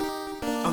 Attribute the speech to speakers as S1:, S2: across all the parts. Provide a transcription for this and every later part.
S1: Oh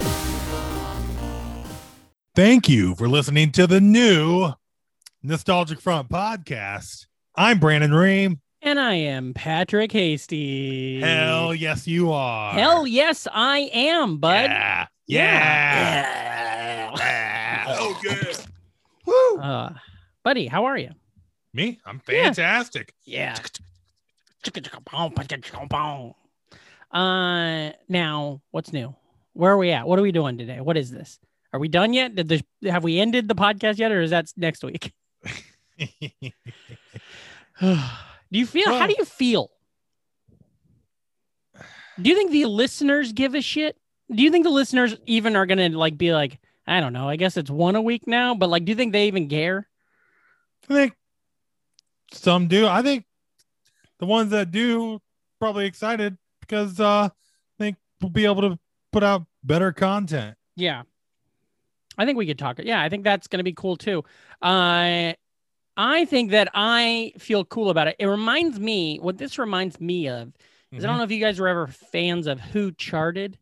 S2: Thank you for listening to the new Nostalgic Front podcast. I'm Brandon Ream.
S3: And I am Patrick Hasty.
S2: Hell yes, you are.
S3: Hell yes, I am, bud.
S2: yeah. Yeah.
S3: Yeah.
S2: Yeah. Oh, good.
S3: Uh, buddy, how are you?
S2: Me? I'm
S3: Yeah.
S2: fantastic.
S3: Yeah. Uh, now what's new? Where are we at? What are we doing today? What is this? Are we done yet? Did the have we ended the podcast yet, or is that next week? do you feel? how
S2: Well-
S3: do you feel? Do you think the listeners give a shit? Do you think the listeners even are gonna like be like, I don't know. I guess it's one a week now, but like, do you think they even care?
S2: I think some do. I think the ones that do probably excited because uh I think we'll be able to put out better content.
S3: Yeah. I think we could talk. Yeah, I think that's going to be cool too. Uh, I think that I feel cool about it. It reminds me what this reminds me of is I don't know if you guys were ever fans of Who Charted,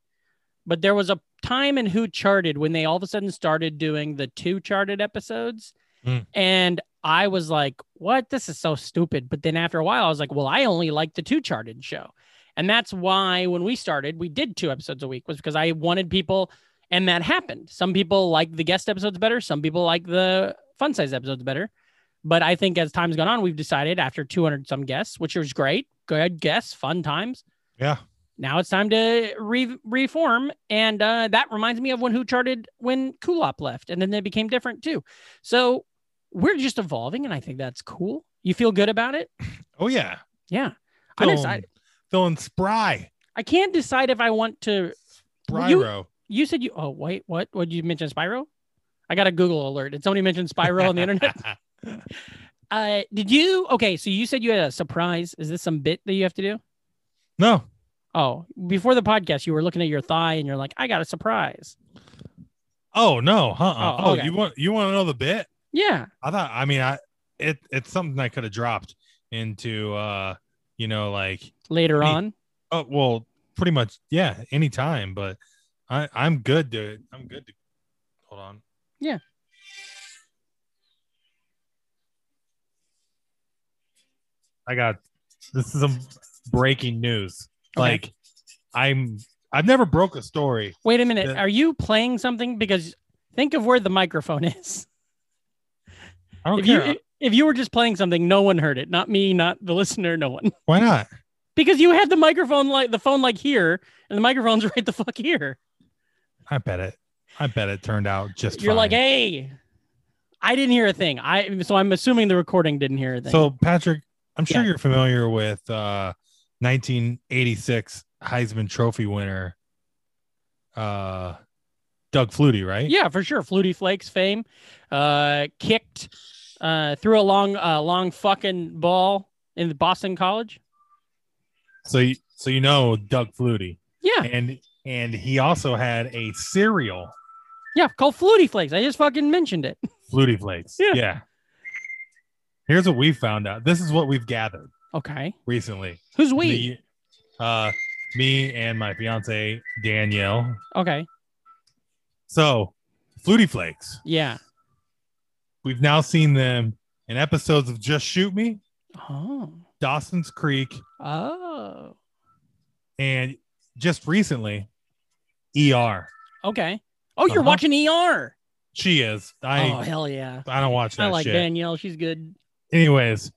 S3: but there was a time in Who Charted when they all of a sudden started doing the two charted episodes.
S2: Mm.
S3: And I was like, what? This is so stupid. But then after a while, I was like, well, I only like the two charted show. And that's why when we started, we did two episodes a week, was because I wanted people, and that happened. Some people like the guest episodes better, some people like the fun size episodes better. But I think as time's gone on, we've decided after 200 some guests, which was great, good guests, fun times
S2: Yeah.
S3: now it's time to re- reform and uh, that reminds me of when who charted when kulop left and then they became different too so we're just evolving and i think that's cool you feel good about it
S2: Oh yeah.
S3: yeah i'm
S2: Feeling,
S3: excited
S2: feeling spry.
S3: i can't decide if i want to Well, you-
S2: Spyro.
S3: you said you oh wait what what did you mention spyro i got a google alert did somebody mention spyro on the internet uh did you okay so you said you had a surprise is this some bit that you have to do
S2: no.
S3: oh before the podcast you were looking at your thigh and you're like i got a surprise
S2: Oh no. Uh-uh.
S3: Oh,
S2: Oh,
S3: okay.
S2: you want you want to know the bit?
S3: yeah
S2: I thought I mean I it it's something I could have dropped into uh you know like
S3: later
S2: Me.
S3: on
S2: oh well pretty much yeah anytime but I I'm good to I'm good to hold on
S3: Yeah.
S2: I got this is some breaking news
S3: Okay.
S2: like I'm I've never broke a story
S3: Wait a minute.
S2: The-
S3: Are you playing something? Because think of where the microphone is.
S2: I don't
S3: If
S2: care
S3: you if you were just playing something, no one heard it. Not me, not the listener, no one.
S2: why not
S3: Because you had the microphone like the phone like here, and the microphone's right the fuck here.
S2: I bet it I bet it turned out just
S3: You're like,
S2: fine.
S3: hey, I didn't hear a thing. I so I'm assuming the recording didn't hear a thing.
S2: So Patrick, I'm sure
S3: Yeah.
S2: you're familiar with uh 1986 Heisman Trophy winner uh Doug Flutie, right?
S3: yeah, for sure. Flutie Flakes fame. Uh kicked uh threw a long uh long fucking ball in Boston College.
S2: So you, so you know Doug Flutie.
S3: Yeah,
S2: And and he also had a cereal,
S3: yeah, called Flutie Flakes. I just fucking mentioned it.
S2: Flutie Flakes.
S3: Yeah.
S2: Here's what we found out. This is what we've gathered
S3: Okay.
S2: recently.
S3: Who's we?
S2: Me, uh me and my fiance Danielle.
S3: Okay.
S2: So, Flutie Flakes.
S3: Yeah.
S2: We've now seen them in episodes of Just Shoot Me,
S3: Oh.
S2: Dawson's Creek,
S3: Oh.
S2: and just recently, ER.
S3: Okay. Oh, you're
S2: Uh-huh.
S3: watching ER.
S2: She is. I
S3: oh hell yeah.
S2: I don't watch that
S3: I like
S2: shit.
S3: Danielle. She's good.
S2: Anyways,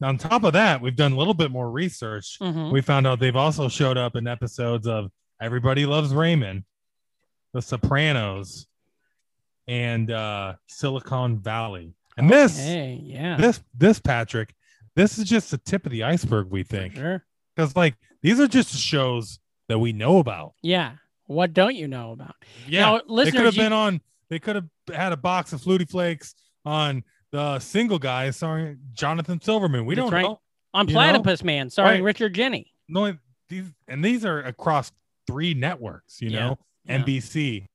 S2: on top of that, we've done a little bit more research.
S3: Mhm.
S2: We found out they've also showed up in episodes of Everybody Loves Raymond, The Sopranos, and uh, Silicon Valley. And this,
S3: Hey, yeah.
S2: this, this Patrick, this is just the tip of the iceberg. We
S3: for
S2: think.
S3: Sure.
S2: because like these are just shows that we know about
S3: Yeah. What don't you know about?
S2: Yeah.
S3: Now,
S2: they could have
S3: listeners, you-
S2: been on. They could have had a box of Flutie Flakes on the single guy starring Jonathan Silverman. We
S3: That's
S2: don't
S3: right.
S2: know.
S3: on
S2: you know?
S3: Platypus Man, starring
S2: Right.
S3: Richard Jenny.
S2: No, these and these are across three networks. You
S3: Yeah,
S2: know,
S3: yeah.
S2: NBC,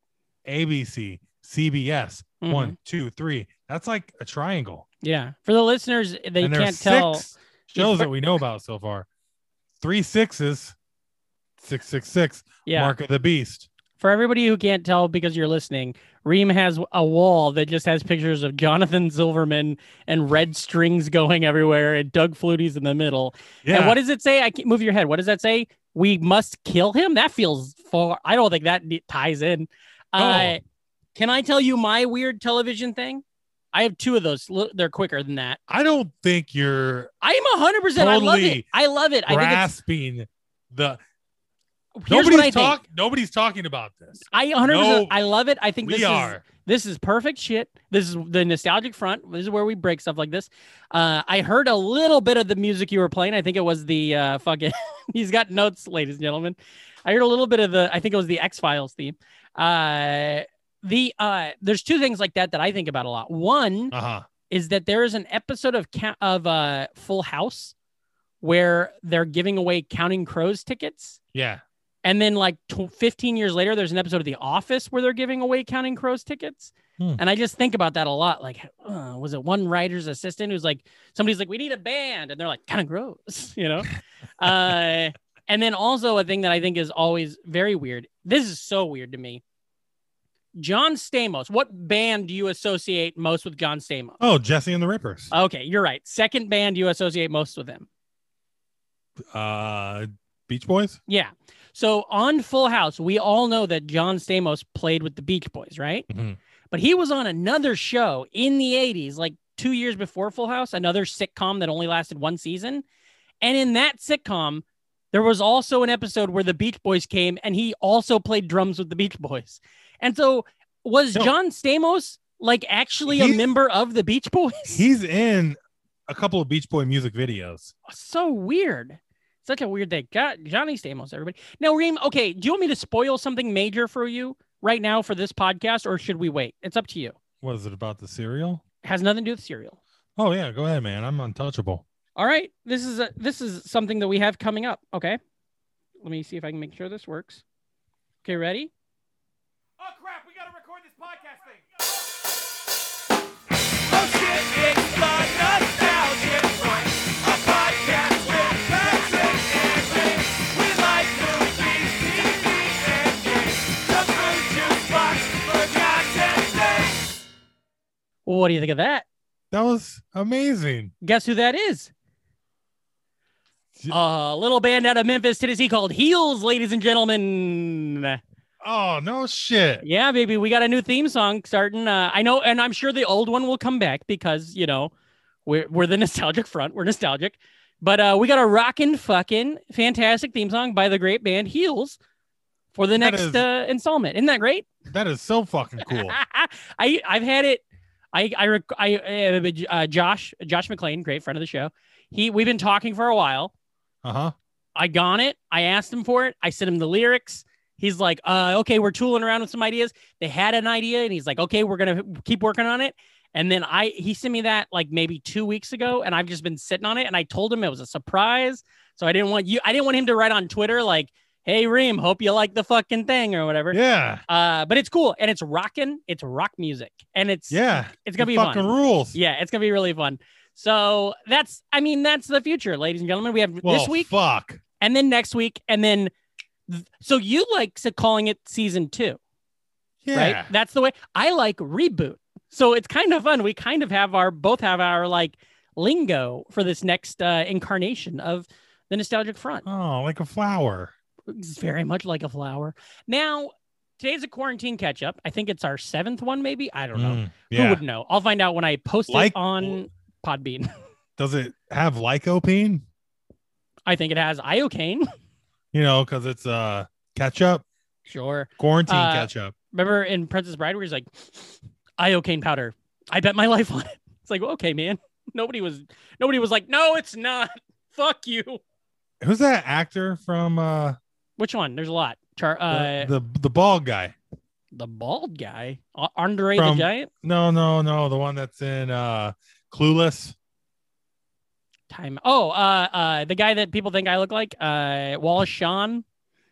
S2: ABC, CBS.
S3: Mm-hmm.
S2: One, two, three. That's like a triangle.
S3: Yeah. For the listeners, they
S2: and there are
S3: can't
S2: six
S3: tell.
S2: shows that we know about so far. Three sixes, six six six.
S3: Yeah.
S2: Mark of the Beast.
S3: For everybody who can't tell because you're listening, Reem has a wall that just has pictures of Jonathan Silverman and red strings going everywhere, and Doug Flutie's in the middle.
S2: Yeah.
S3: And what does it say? I can't move your head. What does that say? We must kill him. That feels far. I don't think that ne- ties in. Uh, can I tell you my weird television thing? I have two of those. L- They're quicker than that.
S2: I don't think you're
S3: I am hundred percent. I love it.
S2: Totally
S3: I love it. I think it's
S2: grasping the
S3: here's what I
S2: nobody's
S3: think.
S2: talk nobody's talking about this.
S3: I 100%.
S2: No,
S3: I love it. I think this
S2: We
S3: is
S2: are.
S3: this is perfect shit. This is the nostalgic front. This is where we break stuff like this. Uh, I heard a little bit of the music you were playing. I think it was the uh, fucking. he's got notes, ladies and gentlemen. I heard a little bit of the. I think it was the X Files theme. Uh, the uh, there's two things like that that I think about a lot. One
S2: Uh-huh.
S3: is that there is an episode of ca- of uh, Full House where they're giving away Counting Crows tickets.
S2: Yeah.
S3: And then like tw 15 years later, there's an episode of The Office where they're giving away Counting Crows tickets.
S2: Hmm.
S3: And I just think about that a lot. Like, uh, was it one writer's assistant who's like, somebody's like, we need a band. And they're like, Counting Crows, you know? uh, and then also a thing that I think is always very weird. This is so weird to me. John Stamos, what band do you associate most with John Stamos?
S2: Oh, Jesse and the Rippers.
S3: Okay, you're right. Second band you associate most with him.
S2: Uh Beach Boys?
S3: Yeah. So on Full House, we all know that John Stamos played with the Beach Boys, right?
S2: Mhm.
S3: But he was on another show in the 80s, like two years before Full House, another sitcom that only lasted one season. And in that sitcom, there was also an episode where the Beach Boys came and he also played drums with the Beach Boys. And so was
S2: No.
S3: John Stamos like actually a
S2: He's-
S3: member of the Beach Boys?
S2: He's in a couple of Beach Boy music videos.
S3: so weird. Such a weird day. God, Johnny Stamos, everybody. Now, Reem, okay, do you want me to spoil something major for you right now for this podcast, or should we wait? It's up to you.
S2: What is it about the cereal?
S3: has nothing to do with cereal.
S2: Oh yeah, go ahead, man. I'm untouchable.
S3: All right, this is a, this is something that we have coming up. Okay, let me see if I can make sure this works. Okay, ready?
S4: Oh crap, we gotta record this podcast thing.
S3: Well, what do you think of that?
S2: That was amazing.
S3: Guess who that is?
S2: J-
S3: A little band out of Memphis, Tennessee called Heels, ladies and gentlemen.
S2: Oh, no shit.
S3: Yeah, baby, we got a new theme song starting. Uh, I know, and I'm sure the old one will come back because you know we're we're the nostalgic front. We're nostalgic, but uh, we got a rockin' fucking fantastic theme song by the great band Heels for the
S2: That
S3: next
S2: is-
S3: uh, installment. Isn't that great?
S2: That is so fucking cool.
S3: I I've had it. I I rec- I uh, uh, Josh Josh McLean, great friend of the show. He we've been talking for a while.
S2: Uh-huh.
S3: I got it. I asked him for it. I sent him the lyrics. He's like, uh, okay, we're tooling around with some ideas. They had an idea, and he's like, okay, we're gonna keep working on it. And then I he sent me that like maybe two weeks ago, and I've just been sitting on it. And I told him it was a surprise, so I didn't want you. I didn't want him to write on Twitter like, "Hey Reem, hope you like the fucking thing" or whatever.
S2: Yeah.
S3: Uh, but it's cool, and it's rocking. It's rock music, and it's
S2: Yeah.
S3: it's gonna
S2: It
S3: be fun.
S2: fucking rules.
S3: Yeah, it's gonna be really fun. So that's I mean that's the future, ladies and gentlemen. We have
S2: Well,
S3: this week
S2: Fuck.
S3: and then next week, and then th- so you like s- calling it season two,
S2: Yeah.
S3: right? That's the way I like reboot. So it's kind of fun. We kind of have our both have our like lingo for this next uh, incarnation of the nostalgic front.
S2: Oh, like a flower.
S3: It's very much like a flower. Now today's a quarantine catch up. I think it's our seventh one, maybe. I don't know.
S2: Mm,
S3: Who
S2: yeah.
S3: would know? I'll find out when I post
S2: Like-
S3: it on Podbean.
S2: Does it have lycopene?
S3: I think it has iocane.
S2: You know, because it's uh ketchup,
S3: sure.
S2: quarantine
S3: Uh,
S2: ketchup.
S3: Remember in Princess Bride where he's like, iocane powder. I bet my life on it. It's like, well, okay, man. Nobody was nobody was like, no, it's not. Fuck you.
S2: Who's that actor from uh
S3: Which one? There's a lot. Char- uh,
S2: the, the the bald guy.
S3: the bald guy, A- Andre
S2: From-
S3: the Giant,
S2: No, no, no. The one that's in uh Clueless.
S3: time. Oh, uh, uh, the guy that people think I look like, uh, Wallace Shawn.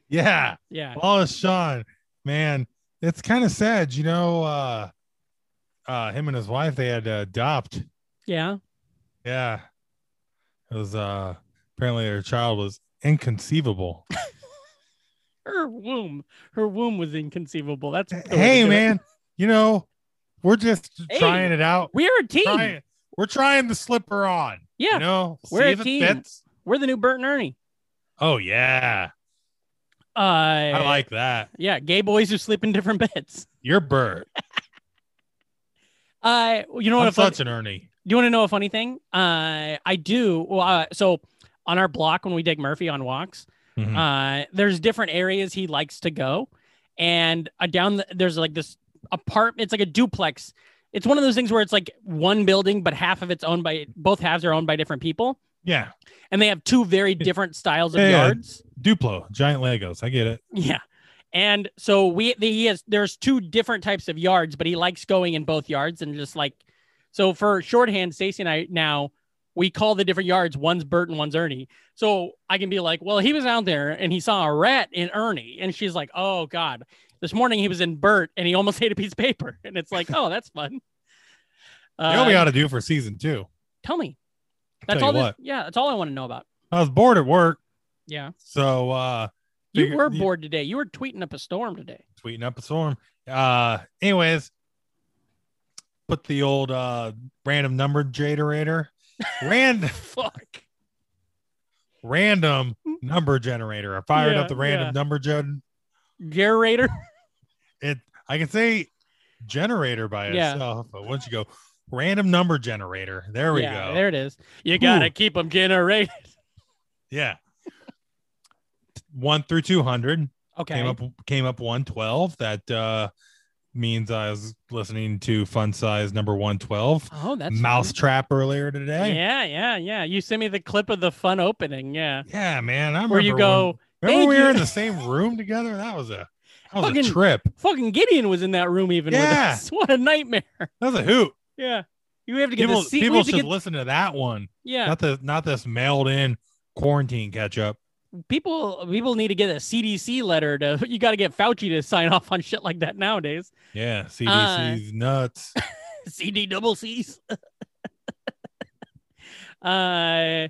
S2: Yeah.
S3: Yeah,
S2: Wallace Shawn. Man, it's kind of sad, you know. Uh uh him and his wife they had to adopt.
S3: yeah.
S2: Yeah. It was uh apparently their child was inconceivable.
S3: Her womb, her womb was inconceivable. That's the way to
S2: hey
S3: do it.
S2: man, you know, we're just
S3: Hey.
S2: trying it out.
S3: we're a team.
S2: Trying, we're trying the slipper on.
S3: Yeah,
S2: You know,
S3: We're
S2: see
S3: a
S2: if it
S3: team.
S2: fits.
S3: we're the new Bert and Ernie.
S2: Oh yeah.
S3: Uh,
S2: I like that.
S3: Yeah, gay boys who sleep in different beds.
S2: You're Bert.
S3: Uh, you know what?
S2: I'm
S3: a fun-
S2: such an Ernie.
S3: Do you want to know a funny thing? Uh, I do. Well, uh, so on our block when we take Murphy on walks,
S2: Mhm.
S3: uh, there's different areas he likes to go, and uh, down the, there's like this apartment. It's like a duplex. It's one of those things where it's like one building, but half of it's owned by both halves are owned by different people,
S2: yeah.
S3: and they have two very different styles of
S2: Yeah, yeah.
S3: yards.
S2: Duplo, giant Legos. I get it.
S3: Yeah. And so we the, he has there's two different types of yards, but he likes going in both yards and just like so for shorthand, Stacy and I now we call the different yards one's Bert and one's Ernie. So I can be like, well, he was out there and he saw a rat in Ernie, and she's like, oh god. This morning he was in Bert and he almost ate a piece of paper, and it's like, oh, that's fun.
S2: you know what
S3: Uh,
S2: we ought to do for season two.
S3: tell me.
S2: I'll
S3: That's
S2: tell
S3: all.
S2: you
S3: This,
S2: what.
S3: yeah, that's all I want to know about.
S2: I was bored at work,
S3: Yeah,
S2: so uh
S3: you
S2: Figure-
S3: were
S2: you-
S3: bored today. You were tweeting up a storm today.
S2: tweeting up a storm. Uh anyways, put the old uh random number generator. Random
S3: Fuck.
S2: random number generator. I fired
S3: Yeah,
S2: up the random
S3: yeah.
S2: number gen.
S3: Generator.
S2: It I can say generator by
S3: Yeah.
S2: itself, but once you go random number generator, there we
S3: yeah,
S2: go.
S3: There it is. You
S2: Ooh.
S3: gotta keep them generated.
S2: Yeah. One through two hundred
S3: Okay.
S2: came up came up one twelve. That uh means I was listening to Fun Size number one twelve
S3: Oh, that's
S2: Mousetrap earlier
S3: fun.
S2: today.
S3: Yeah, yeah, yeah. You sent me the clip of the fun opening. Yeah,
S2: Yeah, man. I remember
S3: where you
S2: when-
S3: go, "Thank
S2: remember we were
S3: you."
S2: in the same room together. That was a that was a
S3: Fucking-
S2: trip.
S3: fucking Gideon was in that room even with
S2: Yeah.
S3: us. What a nightmare.
S2: That was a hoot.
S3: Yeah. You have to get
S2: People,
S3: the seat. we
S2: people
S3: have to
S2: should
S3: get-
S2: listen to that one.
S3: yeah.
S2: Not the not this mailed in quarantine catch up.
S3: people people need to get a CDC letter to you gotta get Fauci to sign off on shit like that nowadays.
S2: Yeah,
S3: Uh,
S2: CDC's nuts.
S3: CD double C's. uh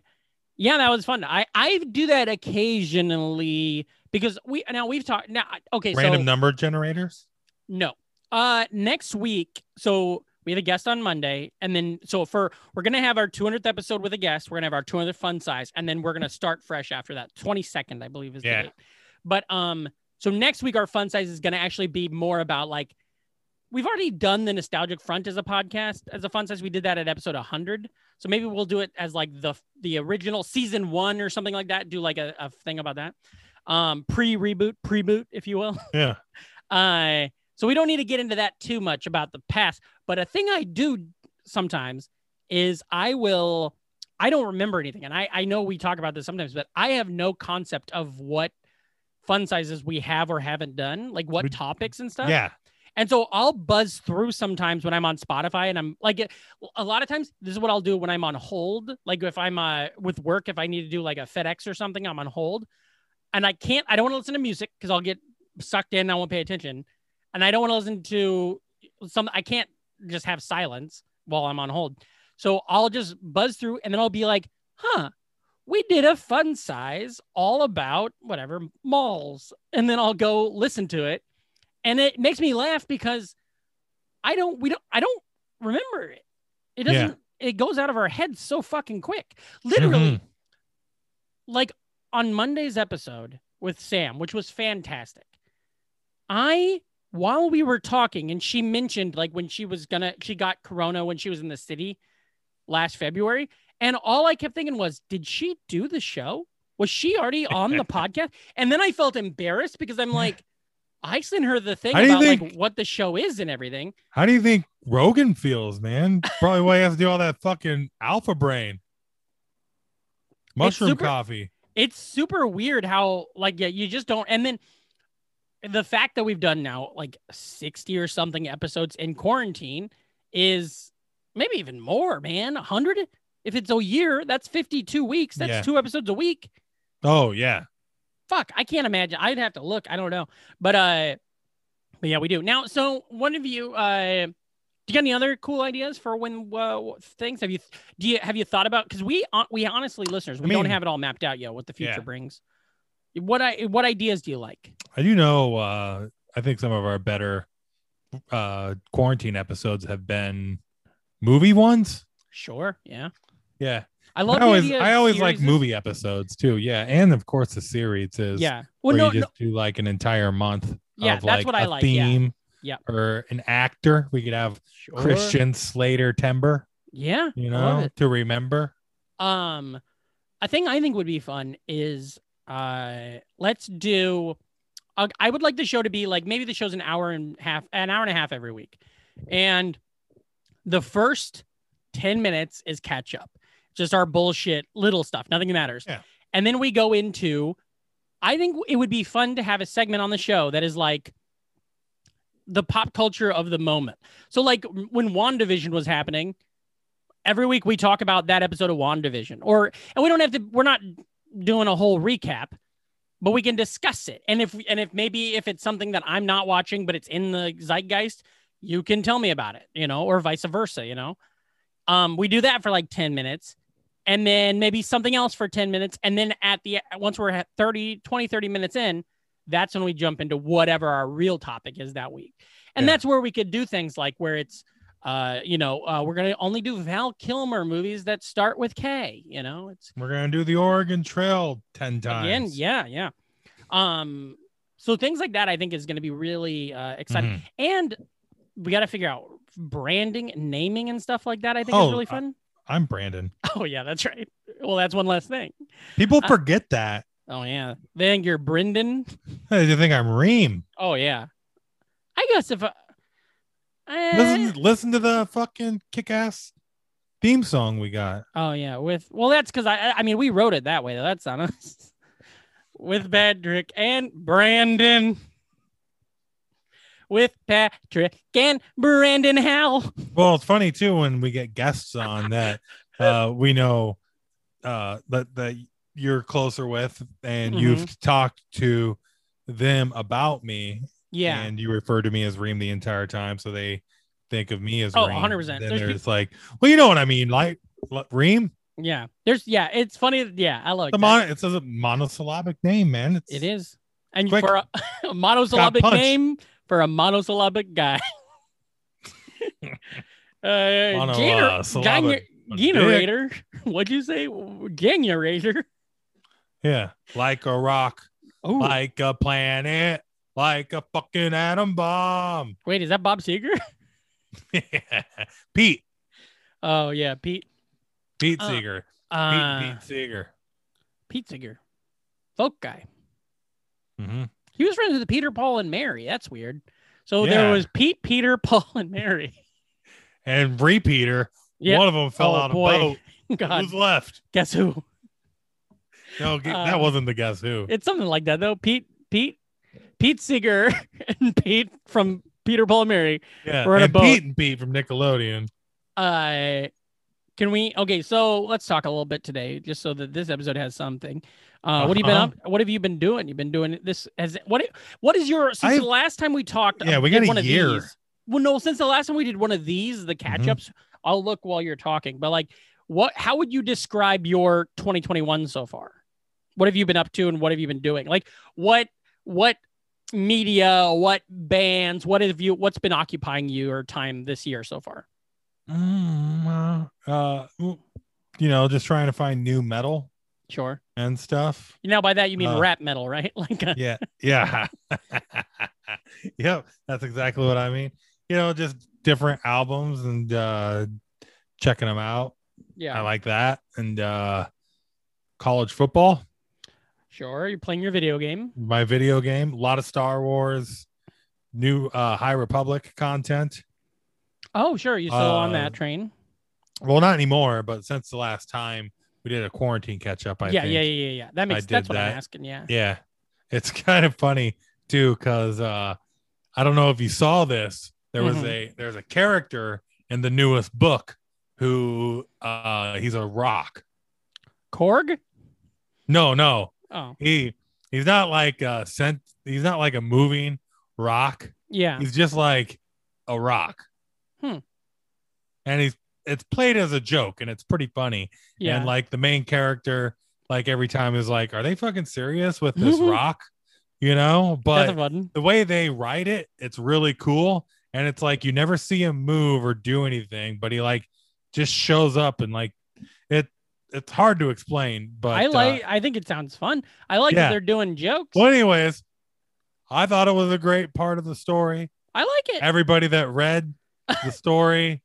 S3: yeah, that was fun. I I do that occasionally because we now we've talked now okay so
S2: Random number generators.
S3: No. Uh next week, so we had a guest on Monday, and then so for we're gonna have our 200th episode with a guest. We're gonna have our 200th fun size, and then we're gonna start fresh after that. 22nd, I believe, is
S2: Yeah.
S3: the date. But um, so next week our fun size is gonna actually be more about like we've already done the nostalgic front as a podcast as a fun size. We did that at episode 100, so maybe we'll do it as like the the original season one or something like that. Do like a, a thing about that, um, pre reboot, pre boot, if you will.
S2: Yeah.
S3: Uh, so we don't need to get into that too much about the past. But a thing I do sometimes is I will, I don't remember anything. And I, I know we talk about this sometimes, but I have no concept of what fun sizes we have or haven't done, like what
S2: We-
S3: topics and stuff.
S2: Yeah.
S3: And so I'll buzz through sometimes when I'm on Spotify and I'm like, a lot of times, this is what I'll do when I'm on hold. Like if I'm uh, with work, if I need to do like a FedEx or something, I'm on hold and I can't, I don't want to listen to music because I'll get sucked in. I won't pay attention. And I don't want to listen to some, I can't just have silence while I'm on hold. So I'll just buzz through and then I'll be like, huh, we did a fun size all about whatever malls. And then I'll go listen to it and it makes me laugh because I don't we don't I don't remember it. It
S2: Yeah.
S3: doesn't it goes out of our heads so fucking quick. Literally like on Monday's episode with Sam, which was fantastic. I while we were talking and she mentioned like when she was gonna she got corona when she was in the city last February and all I kept thinking was did she do the show? Was she already on the podcast? And then I felt embarrassed because I'm like I sent her the thing
S2: How do you
S3: about like
S2: think-
S3: what the show is and everything.
S2: How do you think Rogan feels, man? Probably why he has to do all that fucking alpha brain. Mushroom
S3: super-
S2: coffee.
S3: It's super weird how like yeah, you just don't and then the fact that we've done now like 60 or something episodes in quarantine is maybe even more, man. 100? If it's a year, that's 52 weeks. That's
S2: Yeah.
S3: two episodes a week.
S2: Oh yeah.
S3: Fuck, I can't imagine. I'd have to look. I don't know. But uh but yeah, we do. Now, so one of you uh do you got any other cool ideas for when uh, things have you do you have you thought about cuz we uh, we honestly listeners, we don't
S2: mean-
S3: have it all mapped out yet what the future
S2: Yeah.
S3: brings. What I what ideas do you like?
S2: I do know. Uh, I think some of our better uh, quarantine episodes have been movie ones.
S3: Sure, yeah.
S2: Yeah,
S3: I love
S2: I
S3: the
S2: always
S3: idea of
S2: I always like
S3: series.
S2: movie episodes too. Yeah, and of course the series is
S3: Yeah. Well,
S2: where
S3: no,
S2: you
S3: no,
S2: just do like an entire month.
S3: Yeah,
S2: of
S3: that's
S2: like
S3: what I
S2: a
S3: like, yeah.
S2: Theme,
S3: Yeah.
S2: or an actor. We could have
S3: sure.
S2: Christian Slater Timber.
S3: Yeah,
S2: You
S3: I love
S2: know, to remember.
S3: it. Um, a thing I think would be fun is uh, let's do. I I would like the show to be like maybe the show's an hour and half, an hour and a half every week, and the first ten minutes is catch up, just our bullshit, little stuff, nothing matters,
S2: Yeah.
S3: and then we go into. I think it would be fun to have a segment on the show that is like the pop culture of the moment. So like when WandaVision was happening, every week we talk about that episode of WandaVision or and we don't have to we're not doing a whole recap, but we can discuss it. And if and if maybe if it's something that I'm not watching but it's in the zeitgeist, you can tell me about it, you know, or vice versa, you know. Um we do that for like 10 minutes and then maybe something else for 10 minutes and then at the once we're at 30 20 30 minutes in, that's when we jump into whatever our real topic is that week. And
S2: Yeah.
S3: that's where we could do things like where it's uh, you know, uh, we're gonna only do Val Kilmer movies that start with K. You know, it's
S2: We're gonna do the Oregon Trail ten times.
S3: again, yeah, yeah. Um, so things like that, I think, is gonna be really uh, exciting.
S2: Mhm.
S3: And we got to figure out branding, naming, and stuff like that. I think
S2: Oh,
S3: is really
S2: uh,
S3: fun.
S2: I'm Brandon.
S3: oh yeah, that's right. Well, that's one last thing.
S2: People
S3: Uh,
S2: forget that.
S3: Oh yeah, then you're Brendan.
S2: Hey, you think I'm Reem?
S3: Oh yeah, I guess if. I, Eh,
S2: Listen, listen to the fucking kick-ass theme song we got.
S3: Oh yeah, with well, that's because I I- I mean we wrote it that way though. That's on us. with Patrick and Brandon. With Patrick and Brandon Howell.
S2: Well, it's funny too when we get guests on that uh, we know uh, that that you're closer with, and
S3: Mm-hmm.
S2: you've talked to them about me,
S3: Yeah.
S2: and you refer to me as Reem the entire time, so they think of me as
S3: Oh,
S2: Reem.
S3: 100%.
S2: Then
S3: There's
S2: there's like, well, you know what I mean, like like, Reem.
S3: yeah. There's yeah, it's funny. Yeah, I like
S2: The
S3: that.
S2: mon- it's a monosyllabic name, man. It's,
S3: it is. And
S2: Quick.
S3: for a, a monosyllabic
S2: punch.
S3: name for a monosyllabic guy. uh gener-
S2: Mono, uh,
S3: gener-
S2: syllabic.
S3: generator. What'd you say? Generator.
S2: Yeah, like a rock,
S3: Oh,
S2: like a planet, like a fucking atom bomb.
S3: wait, is that Bob Seger?
S2: Pete,
S3: Oh yeah, Pete.
S2: Pete
S3: Uh,
S2: Seeger, Pete,
S3: Uh,
S2: Pete Seeger.
S3: Pete Seeger, folk guy.
S2: Mhm.
S3: He was friends with Peter, Paul, and Mary. That's weird. So
S2: Yeah.
S3: there was Pete, Peter, Paul, and Mary.
S2: And repeater,
S3: Yeah.
S2: one of them fell
S3: Oh,
S2: out of
S3: boy.
S2: boat.
S3: God,
S2: Who's left?
S3: guess who?
S2: No, g-
S3: Uh,
S2: that wasn't the guess who.
S3: It's something like that though. Pete, Pete, Pete Seeger, and Pete from Peter, Paul, and Mary.
S2: Yeah,
S3: we're on a
S2: and
S3: boat.
S2: Pete and Pete from Nickelodeon.
S3: Uh, can we? Okay, so let's talk a little bit today, just so that this episode has something. Uh, what have you been
S2: Uh-huh.
S3: up? What have you been doing? You've been doing this as what? What is your since
S2: I've-
S3: the last time we talked?
S2: Yeah,
S3: I
S2: we
S3: did
S2: got a
S3: Uh, one of
S2: year.
S3: these. Well, no, since the last time we did one of these, the
S2: Mm-hmm.
S3: catch ups. I'll look while you're talking, but like, what? How would you describe your 2021 so far? What have you been up to, and what have you been doing? Like, what? What? media what bands what have you what's been occupying your time this year so far
S2: Mm, uh, uh, you know, just trying to find new metal
S3: sure
S2: and stuff.
S3: Now, by that you mean
S2: Uh,
S3: rap metal, right? Like, uh,
S2: yeah yeah yep that's exactly what i mean you know just different albums and uh checking them out
S3: yeah,
S2: i like that and uh college football
S3: sure. You're playing your video game.
S2: my video game a lot of star wars new uh high republic content
S3: Oh, sure. You still on
S2: Uh,
S3: that train?
S2: well not anymore but since the last time we did a quarantine catch up i
S3: Yeah,
S2: think
S3: yeah, yeah, yeah, yeah. That makes
S2: did
S3: that's what
S2: that.
S3: I'm asking. Yeah.
S2: yeah it's kind of funny too because uh, I don't know if you saw this. There was
S3: Mhm.
S2: a there's a character in the newest book who uh, he's a rock.
S3: Korg?
S2: No, no,
S3: Oh,
S2: he he's not like uh sent. He's not like a moving rock.
S3: yeah.
S2: He's just like a rock.
S3: Hmm.
S2: And he's it's played as a joke and it's pretty funny.
S3: Yeah.
S2: And like the main character, like every time is like, are they fucking serious with this rock? You know,
S3: Mm-hmm. That's
S2: but
S3: fun.
S2: the way they write it, it's really cool. And it's like you never see him move or do anything, but he like just shows up and like it it's hard to explain, but
S3: I
S2: uh,
S3: like. I think it sounds fun. I like
S2: yeah.
S3: that they're doing jokes.
S2: well, anyways, I thought it was a great part of the story.
S3: I like it.
S2: everybody that read the story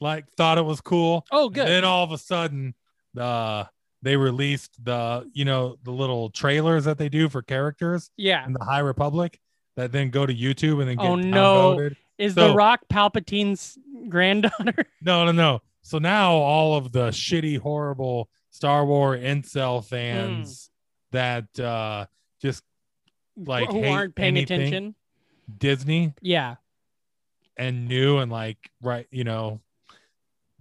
S2: like thought it was cool.
S3: oh, good.
S2: Then all of a sudden, uh, they released the you know the little trailers that they do for characters
S3: yeah.
S2: in the High Republic that then go to YouTube and then get
S3: Oh, no.
S2: downloaded.
S3: Is
S2: so-
S3: the Rock Palpatine's granddaughter?
S2: no no no. So now all of the shitty, horrible Star Wars incel fans
S3: Hmm.
S2: that uh, just like
S3: who
S2: hate
S3: aren't paying
S2: anything
S3: attention?
S2: Disney
S3: Yeah.
S2: and new and like right you know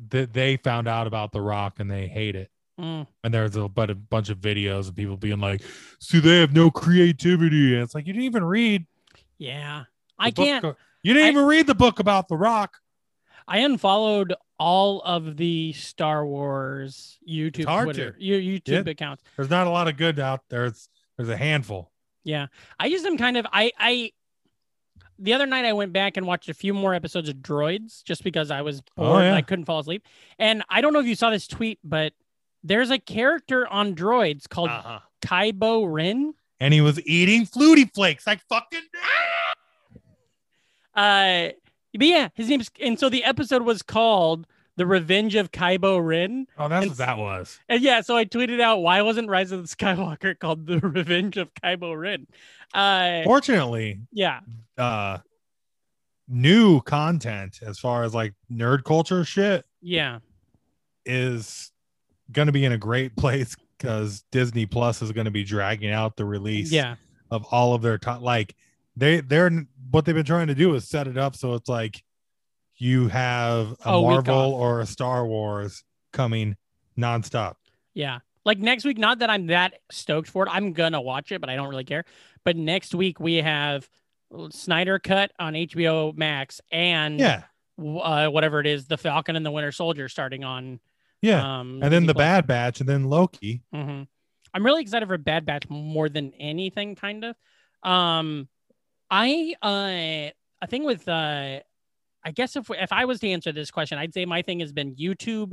S2: that they found out about the rock and they hate it
S3: Mm.
S2: and there's a, but a bunch of videos of people being like see they have no creativity and it's like you didn't even read
S3: Yeah.
S2: the
S3: I
S2: book
S3: can't.
S2: o- you didn't
S3: I-
S2: even read the book about the rock
S3: I unfollowed all of the Star Wars YouTube,
S2: hard
S3: Twitter,
S2: to.
S3: you- YouTube
S2: Yeah.
S3: accounts.
S2: there's not a lot of good out there it's there's a handful
S3: I just am kind of I I. The other night I went back and watched a few more episodes of Droids just because I was
S2: Oh,
S3: bored and
S2: yeah.
S3: I couldn't fall asleep. And I don't know if you saw this tweet, but there's a character on Droids called
S2: Uh-huh.
S3: Kaibo Ren.
S2: and he was eating flutie flakes like fucking
S3: Uh, but yeah, his name's and so the episode was called "The Revenge of Kaibo Ren."
S2: oh that's
S3: It's-
S2: what that was
S3: And yeah, so I tweeted out why wasn't Rise of the Skywalker called The Revenge of Kylo Ren? Uh,
S2: fortunately
S3: yeah,
S2: uh new content as far as like nerd culture shit
S3: yeah,
S2: is going to be in a great place because Disney Plus is going to be dragging out the release
S3: yeah,
S2: of all of their time. Like they, they're what they've been trying to do is set it up so it's like you have a
S3: A week
S2: Marvel
S3: off.
S2: or a Star Wars coming nonstop.
S3: yeah. Like next week, not that I'm that stoked for it. I'm gonna watch it, but I don't really care. But next week we have Snyder Cut on HBO Max and
S2: Yeah,
S3: w- uh, whatever it is, The Falcon and the Winter Soldier starting on.
S2: yeah.
S3: Um,
S2: and then
S3: Disney
S2: the
S3: Plus.
S2: Bad Batch, and then Loki.
S3: hmm I'm really excited for Bad Batch more than anything, kind of. Um, I uh, I think with uh, I guess if if I was to answer this question, I'd say my thing has been YouTube.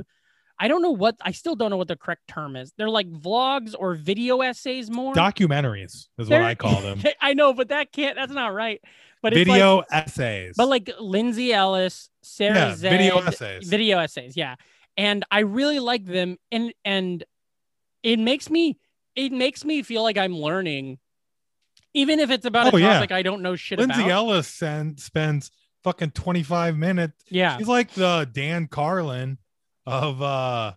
S3: I don't know what I still don't know what the correct term is. They're like vlogs or video essays more.
S2: Documentaries is what
S3: They're-
S2: I call them.
S3: I know, but that can't. That's not right. But it's like-
S2: video essays.
S3: but like Lindsay Ellis, Sarah
S2: yeah,
S3: Zedd,
S2: video essays.
S3: video essays yeah and i really like them and and it makes me it makes me feel like i'm learning even if it's about a
S2: Oh, yeah.
S3: topic i don't know shit
S2: Lindsay
S3: about
S2: Ellis send, spends fucking twenty five minutes
S3: yeah
S2: He's like the Dan Carlin of uh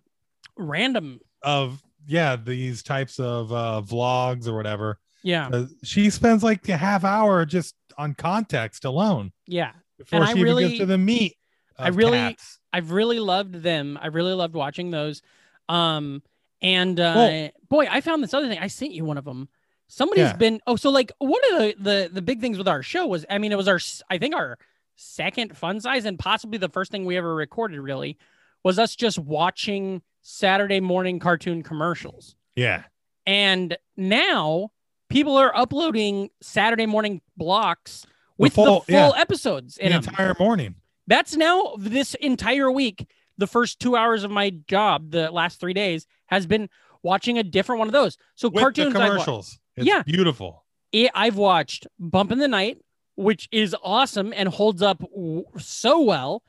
S3: random
S2: of yeah these types of uh vlogs or whatever.
S3: yeah
S2: Uh, she spends like a half hour just on context alone
S3: yeah
S2: before
S3: And I
S2: she even
S3: really-
S2: gets to the meat.
S3: I
S2: of
S3: really-
S2: cats.
S3: i've really loved them i really loved watching those um and uh
S2: Well-
S3: boy i found this other thing i sent you one of them Somebody's
S2: Yeah.
S3: been oh so like one of the, the the big things with our show was i mean it was our s- i think our second fun size and possibly the first thing we ever recorded really was us just watching saturday morning cartoon commercials
S2: yeah.
S3: and now people are uploading saturday morning blocks with the full,
S2: full- yeah.
S3: episodes
S2: The
S3: in 'em.
S2: entire morning.
S3: That's now this entire week. The first two hours of my job, the last three days, has been watching a different one of those. So
S2: With
S3: cartoons,
S2: the
S3: I've wa-
S2: commercials. It's
S3: Yeah.
S2: beautiful.
S3: it, I've watched Bump in the Night, which is awesome and holds up w- so well.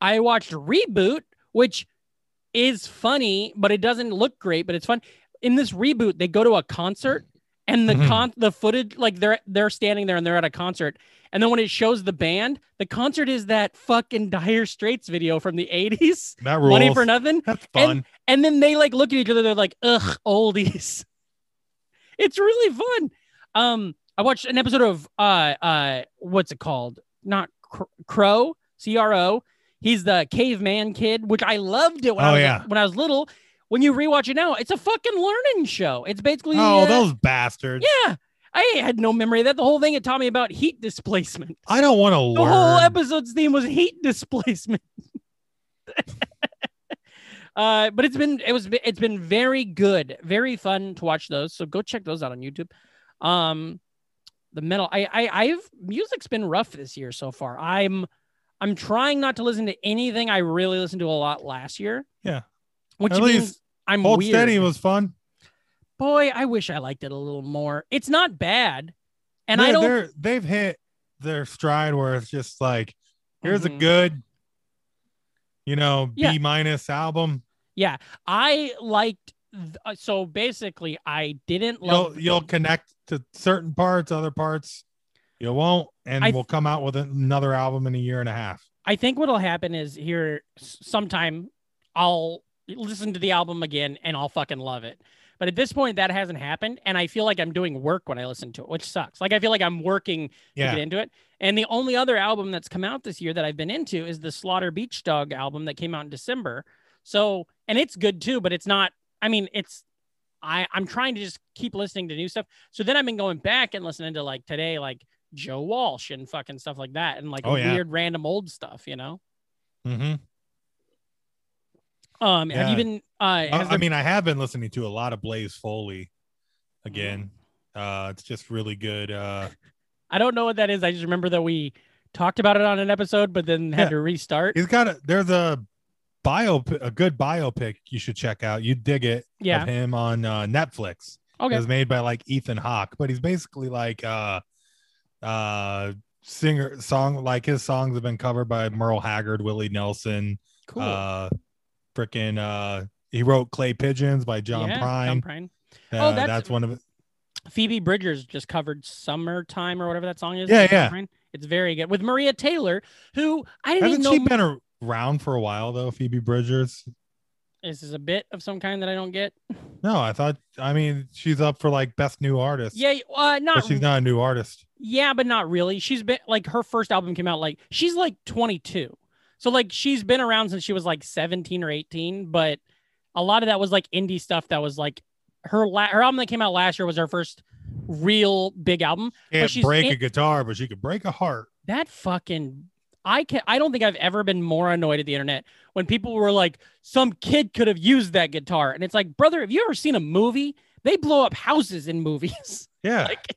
S3: I watched Reboot, which is funny, but it doesn't look great, but it's fun. In this reboot, they go to a concert and the
S2: Mhm.
S3: con the footage like they're they're standing there and they're at a concert. And then when it shows the band, the concert is that fucking Dire Straits video from the 80s,
S2: That rules.
S3: Money for Nothing.
S2: That's fun.
S3: And then they like look at each other, they're like, ugh, oldies. It's really fun. Um, I watched an episode of uh uh what's it called? Not Cr- Crow, C R O. He's the caveman kid, which I loved it when I
S2: Oh,
S3: was
S2: yeah.
S3: when I was little. When you rewatch it now, it's a fucking learning show. It's basically
S2: Oh,
S3: uh,
S2: those bastards.
S3: yeah. I had no memory of that. The whole thing it taught me about heat displacement.
S2: I don't want to
S3: The
S2: learn.
S3: whole episode's theme was heat displacement. uh, but it's been it was it's been very good, very fun to watch those. So go check those out on YouTube. Um, the metal I, I I've music's been rough this year so far. I'm I'm trying not to listen to anything I really listened to a lot last year.
S2: Yeah.
S3: Which
S2: At
S3: means
S2: least
S3: I'm
S2: Hold
S3: weird.
S2: steady was fun.
S3: Boy, I wish I liked it a little more. It's not bad. And I
S2: They're-
S3: don't
S2: they're- they've hit their stride where it's just like, here's
S3: Mhm.
S2: a good, you know,
S3: Yeah.
S2: B minus album.
S3: I liked. th- uh, so basically, I didn't
S2: You'll
S3: love.
S2: you'll connect to certain parts, other parts you won't, and
S3: I
S2: we'll come out with another album in a year and a half.
S3: I think what'll happen is here s- sometime I'll listen to the album again and I'll fucking love it. But at this point, that hasn't happened, and I feel like I'm doing work when I listen to it, which sucks. Like I feel like I'm working to
S2: Yeah,
S3: get into it. And the only other album that's come out this year that I've been into is the Slaughter Beach Dog album that came out in December. So, and it's good too, but it's not, I mean, it's, I, I'm trying to just keep listening to new stuff. So then I've been going back and listening to like today, like Joe Walsh and fucking stuff like that and like
S2: Oh, yeah.
S3: weird random old stuff, you know?
S2: hmm
S3: Um, have you
S2: Yeah.
S3: been, uh, has
S2: I
S3: there-
S2: mean, I have been listening to a lot of Blaze Foley again.
S3: Mm-hmm.
S2: Uh, it's just really good. Uh,
S3: I don't know what that is. I just remember that we talked about it on an episode, but then had
S2: Yeah.
S3: to restart.
S2: he's got a there's a bio a good biopic you should check out. You dig it
S3: Yeah.
S2: of him on uh, Netflix. It
S3: Okay.
S2: was made by like Ethan Hawke, but he's basically like uh uh singer song like his songs have been covered by Merle Haggard, Willie Nelson,
S3: Cool.
S2: uh freaking uh he wrote Clay Pigeons by John
S3: Yeah,
S2: Prine.
S3: John Prine.
S2: Uh,
S3: Oh, that's-
S2: that's, one of it.
S3: Phoebe Bridgers just covered "Summertime" or whatever that song is.
S2: Yeah, yeah.
S3: It's very good with Maria Taylor, who I didn't even
S2: Hasn't
S3: know
S2: she been around for a while though, Phoebe Bridgers?
S3: this is a bit of some kind that I don't get.
S2: No, I thought I mean she's up for like best new artist.
S3: Yeah, uh,
S2: But
S3: not,
S2: she's not a new artist.
S3: yeah, but not really. She's been like her first album came out like she's like 22, so like she's been around since she was like 17 or 18. But a lot of that was like indie stuff that was like her la- her album that came out last year was her first real big album.
S2: Can't
S3: she's
S2: break
S3: in-
S2: a guitar, but she could break a heart.
S3: that fucking I can I don't think I've ever been more annoyed at the internet when people were like, some kid could have used that guitar. And it's like, brother, have you ever seen a movie? They blow up houses in movies.
S2: Yeah.
S3: like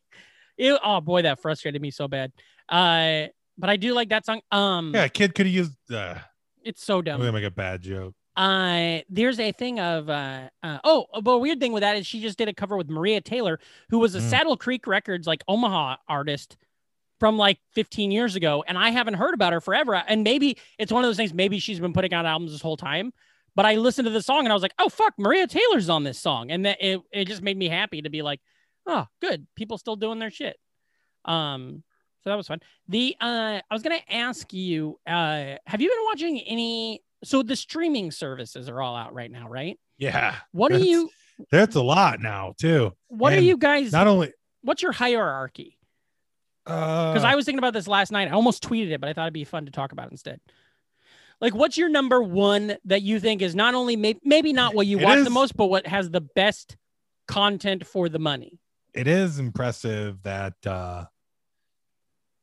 S3: ew, oh boy, that frustrated me so bad. Uh but I do like that song. Um
S2: Yeah, Oh, a kid could have used uh
S3: it's so
S2: I'm
S3: dumb.
S2: gonna make a bad joke.
S3: Uh there's a thing of uh, uh oh but a weird thing with that is she just did a cover with Maria Taylor, who was a
S2: Mm.
S3: Saddle Creek Records like Omaha artist from like 15 years ago, and I haven't heard about her forever. And maybe it's one of those things, maybe she's been putting out albums this whole time. But I listened to the song and I was like, oh fuck, Maria Taylor's on this song. And that it, it just made me happy to be like, oh good, people still doing their shit. Um so that was fun. The uh I was gonna ask you, uh, have you been watching any so the streaming services are all out right now, right?
S2: Yeah.
S3: What are
S2: That's-
S3: you
S2: That's a lot now too.
S3: what are
S2: and
S3: you guys
S2: Not only
S3: what's your hierarchy?
S2: because Uh,
S3: Because I was thinking about this last night. I almost tweeted it, but I thought it'd be fun to talk about instead. Like, what's your number one that you think is not only may- maybe not what you
S2: It
S3: watch the
S2: is-
S3: most, but what has the best content for the money?
S2: it is impressive that uh,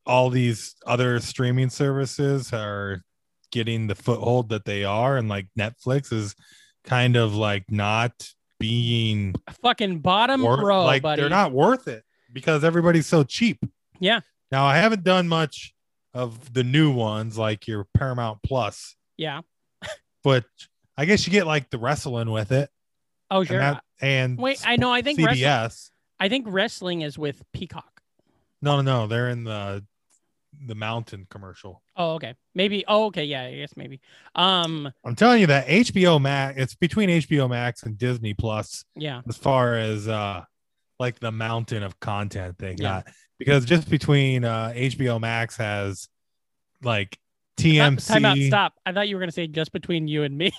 S2: all these other streaming services are getting the foothold that they are, and like Netflix is kind of like not being
S3: Fucking bottom
S2: worth,
S3: row,
S2: like
S3: buddy.
S2: they're not worth it because everybody's so cheap.
S3: Yeah.
S2: Now I haven't done much of the new ones like your Paramount Plus,
S3: yeah.
S2: but I guess you get like the wrestling with it.
S3: Oh sure.
S2: And, that- and
S3: Wait, I know. I think
S2: CBS.
S3: wrestling, I think wrestling is with Peacock.
S2: No, no, no. They're in the the mountain commercial.
S3: Oh, okay. Maybe. Oh, okay. Yeah, I guess maybe. Um,
S2: I'm telling you that HBO Max. It's between HBO Max and Disney Plus
S3: yeah.
S2: as far as uh like the mountain of content they
S3: Yeah.
S2: got because just between uh HBO Max has like TMC.
S3: Time out. Stop. I thought you were gonna say just between you and me,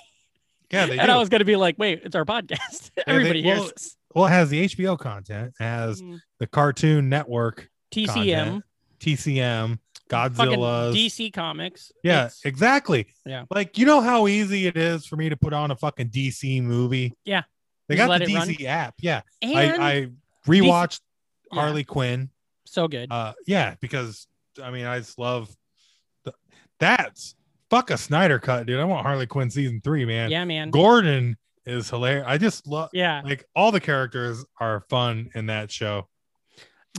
S2: Yeah, they
S3: and
S2: do.
S3: I was gonna be like, wait, it's our podcast.
S2: they-
S3: Everybody hears
S2: well,
S3: this.
S2: Well, it has the HBO content, it has
S3: Mm,
S2: the Cartoon Network,
S3: TCM,
S2: TCM,
S3: fucking
S2: Godzilla's.
S3: DC Comics.
S2: yeah,
S3: It's-
S2: exactly.
S3: Yeah.
S2: Like, you know how easy it is for me to put on a fucking DC movie?
S3: Yeah.
S2: They
S3: Just
S2: got
S3: let
S2: the
S3: it run.
S2: DC app. Yeah.
S3: and
S2: I, I rewatched
S3: Yeah.
S2: Harley Quinn.
S3: so good.
S2: Uh, yeah, because I mean, I just love the, that's fuck a Snyder cut, dude. I want Harley Quinn season three, man.
S3: yeah, man.
S2: Gordon is hilarious. I just love
S3: yeah,
S2: like all the characters are fun in that show,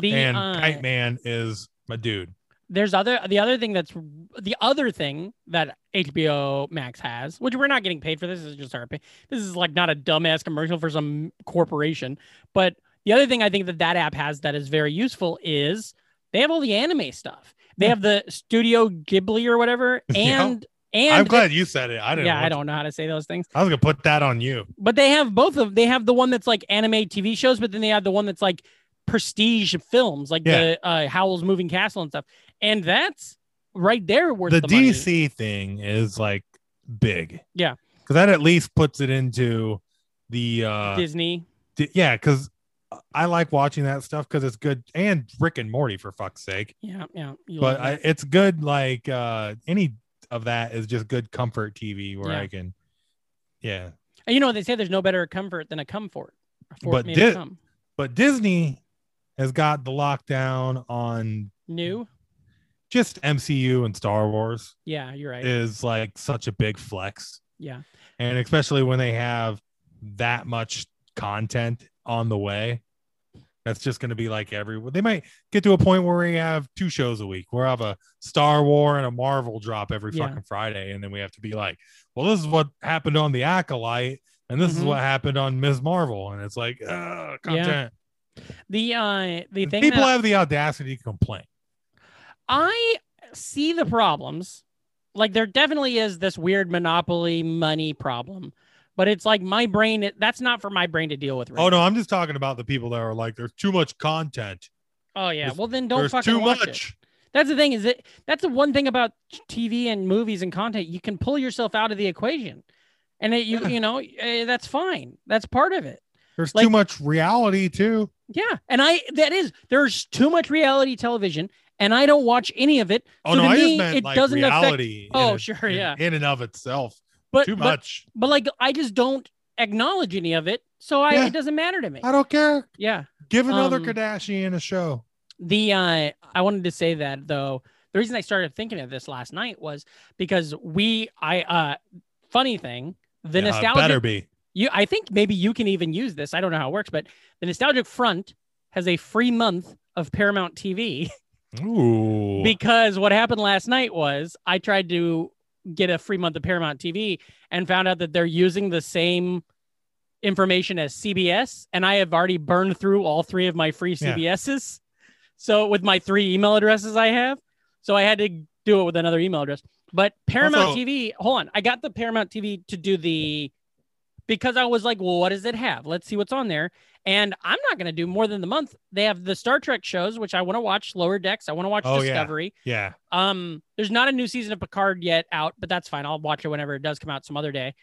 S3: the
S2: and
S3: uh,
S2: Kite Man is my dude.
S3: there's other the other thing that's the other thing that HBO Max has, which we're not getting paid for. This this is just our opinion. This is like not a dumbass commercial for some corporation. But the other thing I think that that app has that is very useful is they have all the anime stuff. They
S2: Yeah.
S3: have the Studio Ghibli or whatever,
S2: Hmm. Yeah.
S3: and and
S2: I'm glad you said it. I didn't.
S3: yeah,
S2: want
S3: I
S2: to-
S3: don't know how to say those things.
S2: I was gonna put that on you.
S3: But they have both of they have the one that's like anime TV shows, but then they have the one that's like prestige films, like
S2: Yeah.
S3: the uh, Howl's Moving Castle and stuff. And that's right there worth
S2: the,
S3: the, money.
S2: DC thing is like big.
S3: Yeah.
S2: Because that at least puts it into the uh
S3: Disney.
S2: di- yeah, because I like watching that stuff because it's good and Rick and Morty for fuck's sake.
S3: Yeah, yeah. You
S2: But
S3: love
S2: I,
S3: that.
S2: it's good like uh any of that is just good comfort TV where
S3: Yeah.
S2: I can yeah.
S3: And you know they say there's no better comfort than a comfort. For
S2: But
S3: it
S2: di-
S3: did, come.
S2: But Disney has got the lockdown on
S3: new.
S2: just MCU and Star Wars
S3: Yeah, you're right.
S2: is like such a big flex.
S3: yeah.
S2: and especially when they have that much content on the way that's just going to be like every they might get to a point where we have two shows a week we'll have a star war and a marvel drop every
S3: Yeah.
S2: fucking friday and then we have to be like well this is what happened on the acolyte and this is
S3: Mhm.
S2: what happened on ms marvel and it's like uh content
S3: The uh the
S2: And
S3: thing
S2: people
S3: that
S2: have the audacity to complain
S3: I see the problems. Like there definitely is this weird monopoly money problem, but it's like my brain. That's not for my brain to deal with. Right
S2: oh no i'm just talking about the people that are like there's too much content
S3: Oh yeah.
S2: There's-
S3: Well then don't
S2: there's
S3: fucking
S2: too
S3: watch it.
S2: much
S3: That's the thing is that that's the one thing about TV and movies and content you can pull yourself out of the equation, and it, you
S2: Yeah.
S3: you know eh, that's fine. That's part of it.
S2: there's
S3: Like-
S2: too much reality too
S3: Yeah, and I that is there's too much reality television, and I don't watch any of it.
S2: Oh
S3: So
S2: no,
S3: to
S2: I just
S3: me,
S2: meant
S3: it
S2: like
S3: doesn't affect-
S2: reality. in
S3: Oh,
S2: a-
S3: sure,
S2: in-
S3: yeah.
S2: In and of itself,
S3: But
S2: too
S3: but,
S2: much.
S3: but like I just don't acknowledge any of it, so I
S2: Yeah.
S3: it doesn't matter to me.
S2: I don't care.
S3: Yeah,
S2: Give another
S3: Um,
S2: Kardashian a show.
S3: the uh, I wanted to say that though. The reason I started thinking of this last night was because we I uh funny thing the
S2: Yeah,
S3: nostalgia
S2: better be.
S3: you i think maybe you can even use this i don't know how it works but the nostalgic front has a free month of paramount tv
S2: Ooh,
S3: because what happened last night was i tried to get a free month of paramount tv and found out that they're using the same information as cbs and i have already burned through all three of my free
S2: Yeah.
S3: cbs's so with my three email addresses i have so i had to do it with another email address but paramount
S2: Also-
S3: tv hold on i got the paramount tv to do the because I was like, well, what does it have? Let's see what's on there. And I'm not going to do more than the month. They have the Star Trek shows, which I want to watch Lower Decks. I want to watch
S2: Oh, yeah.
S3: Discovery.
S2: yeah,
S3: Um, there's not a new season of Picard yet out, but that's fine. I'll watch it whenever it does come out some other day.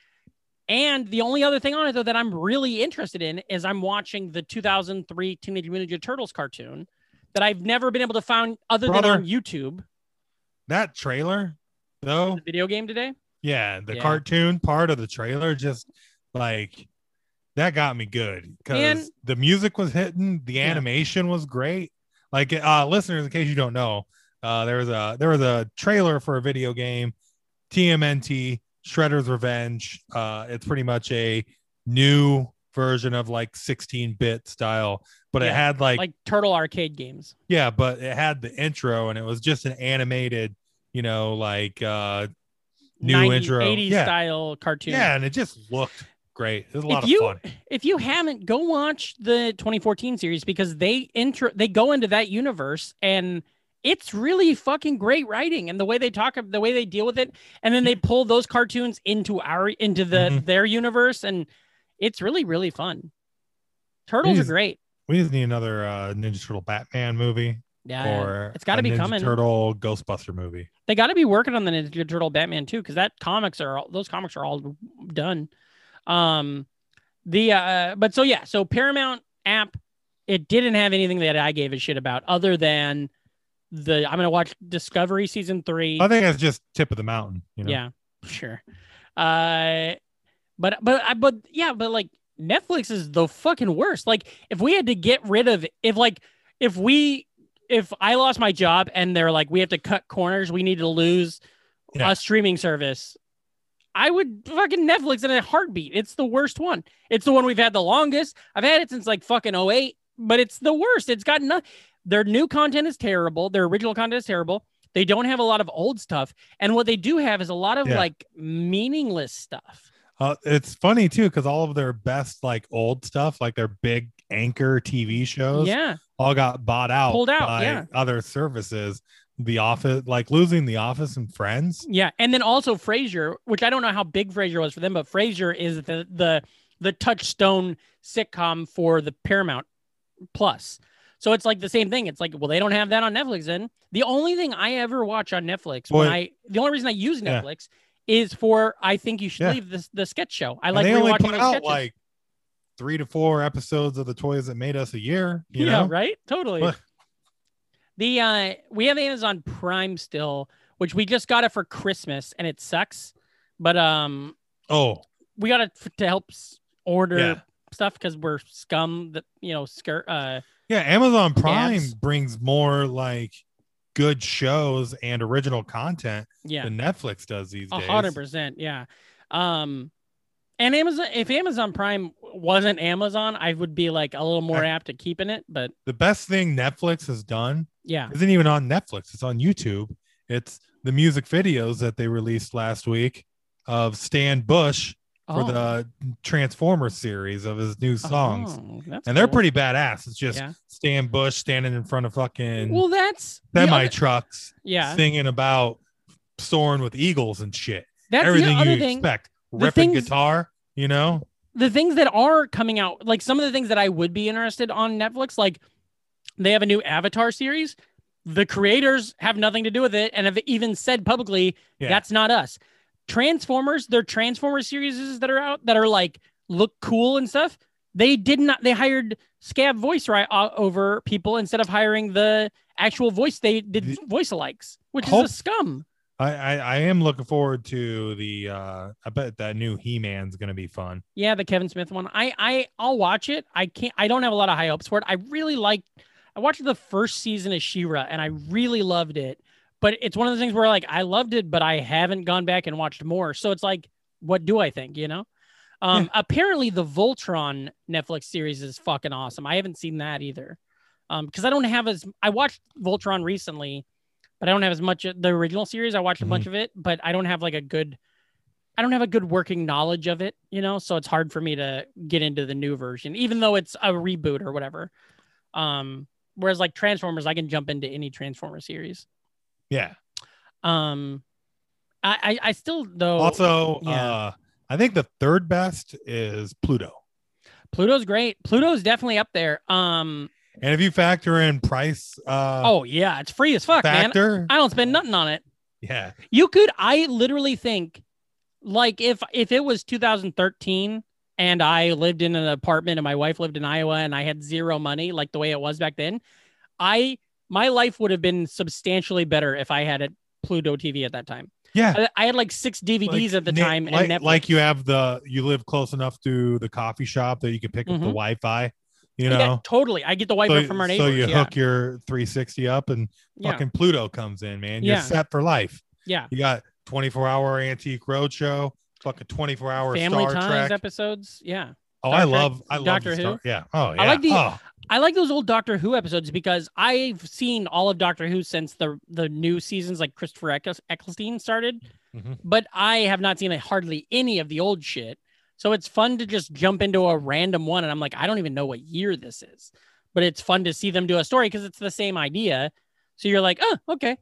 S3: And the only other thing on it though that I'm really interested in is I'm watching the 2003 Teenage Mutant Ninja Turtles cartoon that I've never been able to find other
S2: Brother.
S3: than on YouTube.
S2: that trailer though.
S3: The video game today.
S2: Yeah, the
S3: Yeah.
S2: cartoon part of the trailer just like that got me good because
S3: And-
S2: the music was hitting, the animation was great. Like uh listeners, in case you don't know, uh there was a there was a trailer for a video game, TMNT, Shredder's Revenge. Uh it's pretty much a new version of like 16-bit style, but it
S3: Yeah,
S2: had like,
S3: Like Turtle arcade games.
S2: yeah, but it had the intro and it was just an animated, you know, like uh New
S3: 90s,
S2: intro.
S3: 80s
S2: Yeah.
S3: style cartoon.
S2: yeah, and it just looked great. It was a lot
S3: if
S2: of
S3: you
S2: fun.
S3: if you haven't, go watch the 2014 series because they intro they go into that universe and it's really fucking great writing and the way they talk the way they deal with it and then they
S2: Mm-hmm.
S3: pull those cartoons into our into the
S2: Mhm.
S3: their universe and it's really really fun. Turtles are
S2: Jeez.
S3: great.
S2: We just need another uh, Ninja Turtle Batman movie
S3: Yeah.
S2: or
S3: it's gotta
S2: a
S3: be
S2: Ninja
S3: coming.
S2: Turtle Ghostbuster movie.
S3: they got to be working on the Ninja Turtle Batman too, because that comics are all those comics are all done. Um, the uh but so yeah so paramount app it didn't have anything that i gave a shit about other than the i'm gonna watch discovery season three
S2: I think that's just tip of the mountain. You know?
S3: yeah sure uh but but i but yeah but like netflix is the fucking worst like if we had to get rid of if like if we if i lost my job and they're like we have to cut corners we need to lose
S2: Yeah.
S3: a streaming service i would fucking netflix in a heartbeat it's the worst one it's the one we've had the longest i've had it since like fucking 08 but it's the worst it's got no their new content is terrible their original content is terrible they don't have a lot of old stuff and what they do have is a lot of
S2: Yeah.
S3: like meaningless stuff.
S2: Uh, it's funny too because all of their best like old stuff, like their big anchor TV shows,
S3: yeah.
S2: all got bought out,
S3: Pulled out,
S2: by
S3: yeah.
S2: other services. The Office, like losing The Office and Friends.
S3: Yeah. And then also Frasier, which I don't know how big Frasier was for them, but Frasier is the the the touchstone sitcom for the Paramount Plus. So it's like the same thing. It's like, well, they don't have that on Netflix then. The only thing I ever watch on Netflix when
S2: Boy.
S3: I the only reason I use
S2: Yeah.
S3: Netflix is for I think you should
S2: Yeah.
S3: leave this the sketch show. I
S2: And
S3: like
S2: they only
S3: rewatching
S2: put
S3: those
S2: out
S3: sketches.
S2: like three to four episodes of the toys that made us a year. You
S3: yeah,
S2: know?
S3: right? Totally.
S2: Look.
S3: The uh we have Amazon Prime still, which we just got it for Christmas and it sucks. But um
S2: Oh,
S3: we got it f- to help s- order
S2: Yeah.
S3: stuff cuz we're scum that you know skirt uh
S2: yeah. Amazon Prime
S3: Apps.
S2: brings more like good shows and original content
S3: yeah.
S2: than Netflix does these
S3: A
S2: days.
S3: hundred percent, yeah. Um, and Amazon, if Amazon Prime wasn't Amazon, I would be like a little more
S2: I-
S3: apt to keeping it. But
S2: The best thing Netflix has done
S3: yeah,
S2: isn't even on Netflix. It's on YouTube. It's the music videos that they released last week of Stan Bush
S3: Oh,
S2: for the Transformers series of his new songs.
S3: oh, that's
S2: And they're
S3: cool.
S2: pretty badass. It's just
S3: Yeah.
S2: Stan Bush standing in front of fucking
S3: well. That's the other-
S2: semi trucks
S3: yeah.
S2: singing about soaring with eagles and shit.
S3: That's
S2: Everything
S3: the other
S2: you
S3: thing.
S2: expect.
S3: The
S2: Ripping
S3: things-
S2: guitar, you know?
S3: the things that are coming out, like some of the things that I would be interested on Netflix, like they have a new Avatar series. The creators have nothing to do with it and have even said publicly
S2: Yeah.
S3: that's not us. Transformers, their Transformers series that are out that are like look cool and stuff. They did not. They hired scab voice right uh, over people instead of hiring the actual voice. They did
S2: The-
S3: voice alikes, which
S2: Hope-
S3: is a scum.
S2: I, I, I am looking forward to the uh I bet that new He Man's gonna be fun.
S3: Yeah, the Kevin Smith one. I I I'll watch it. I can't. I don't have a lot of high hopes for it. I really like. I watched the first season of Shira, and I really loved it. But it's one of those things where like I loved it, but I haven't gone back and watched more. So it's like, what do I think? You know. Um, apparently the Voltron Netflix series is fucking awesome. I haven't seen that either. Um, because I don't have as I watched Voltron recently, but I don't have as much of the original series. I watched a bunch of it, but I don't have like a good I don't have a good working knowledge of it, you know, so it's hard for me to get into the new version, even though it's a reboot or whatever. Um, whereas like Transformers, I can jump into any Transformer series.
S2: Yeah.
S3: Um, I I, I still though
S2: also,
S3: Oh, yeah.
S2: uh I think the third best is Pluto.
S3: Pluto's great. Pluto's definitely up there. Um,
S2: And if you factor in price uh
S3: oh yeah, it's free as fuck, man.
S2: factor,
S3: I don't spend nothing on it.
S2: yeah.
S3: You could I literally think like if if it was 2013 and I lived in an apartment and my wife lived in Iowa and I had zero money like the way it was back then, I my life would have been substantially better if I had a Pluto TV at that time.
S2: Yeah.
S3: I, I had like six DVDs
S2: Like,
S3: at the
S2: na-
S3: time
S2: Like,
S3: and Netflix.
S2: like you have the you live close enough to the coffee shop that you can pick up the
S3: Mhm.
S2: Wi Fi, you
S3: Yeah,
S2: know.
S3: totally. I get the wiper
S2: so,
S3: from our
S2: so
S3: neighbors.
S2: you
S3: yeah.
S2: hook your 360 up and
S3: yeah.
S2: fucking Pluto comes in, man. You're
S3: Yeah.
S2: set for life.
S3: yeah.
S2: You got 24 hour antique roadshow, fucking 24 hour
S3: Family
S2: Star
S3: Times
S2: Trek.
S3: episodes. Yeah.
S2: oh, I
S3: Star Trek,
S2: love I love
S3: Doctor
S2: the
S3: Who.
S2: Star- yeah. Oh yeah.
S3: I like the-
S2: oh,
S3: I like those old Doctor Who episodes because I've seen all of Doctor Who since the the new seasons, like Christopher Eccles- Eccleston started.
S2: Mhm.
S3: But I have not seen like, hardly any of the old shit. So it's fun to just jump into a random one, and I'm like, I don't even know what year this is, but it's fun to see them do a story because it's the same idea. So you're like, oh, okay,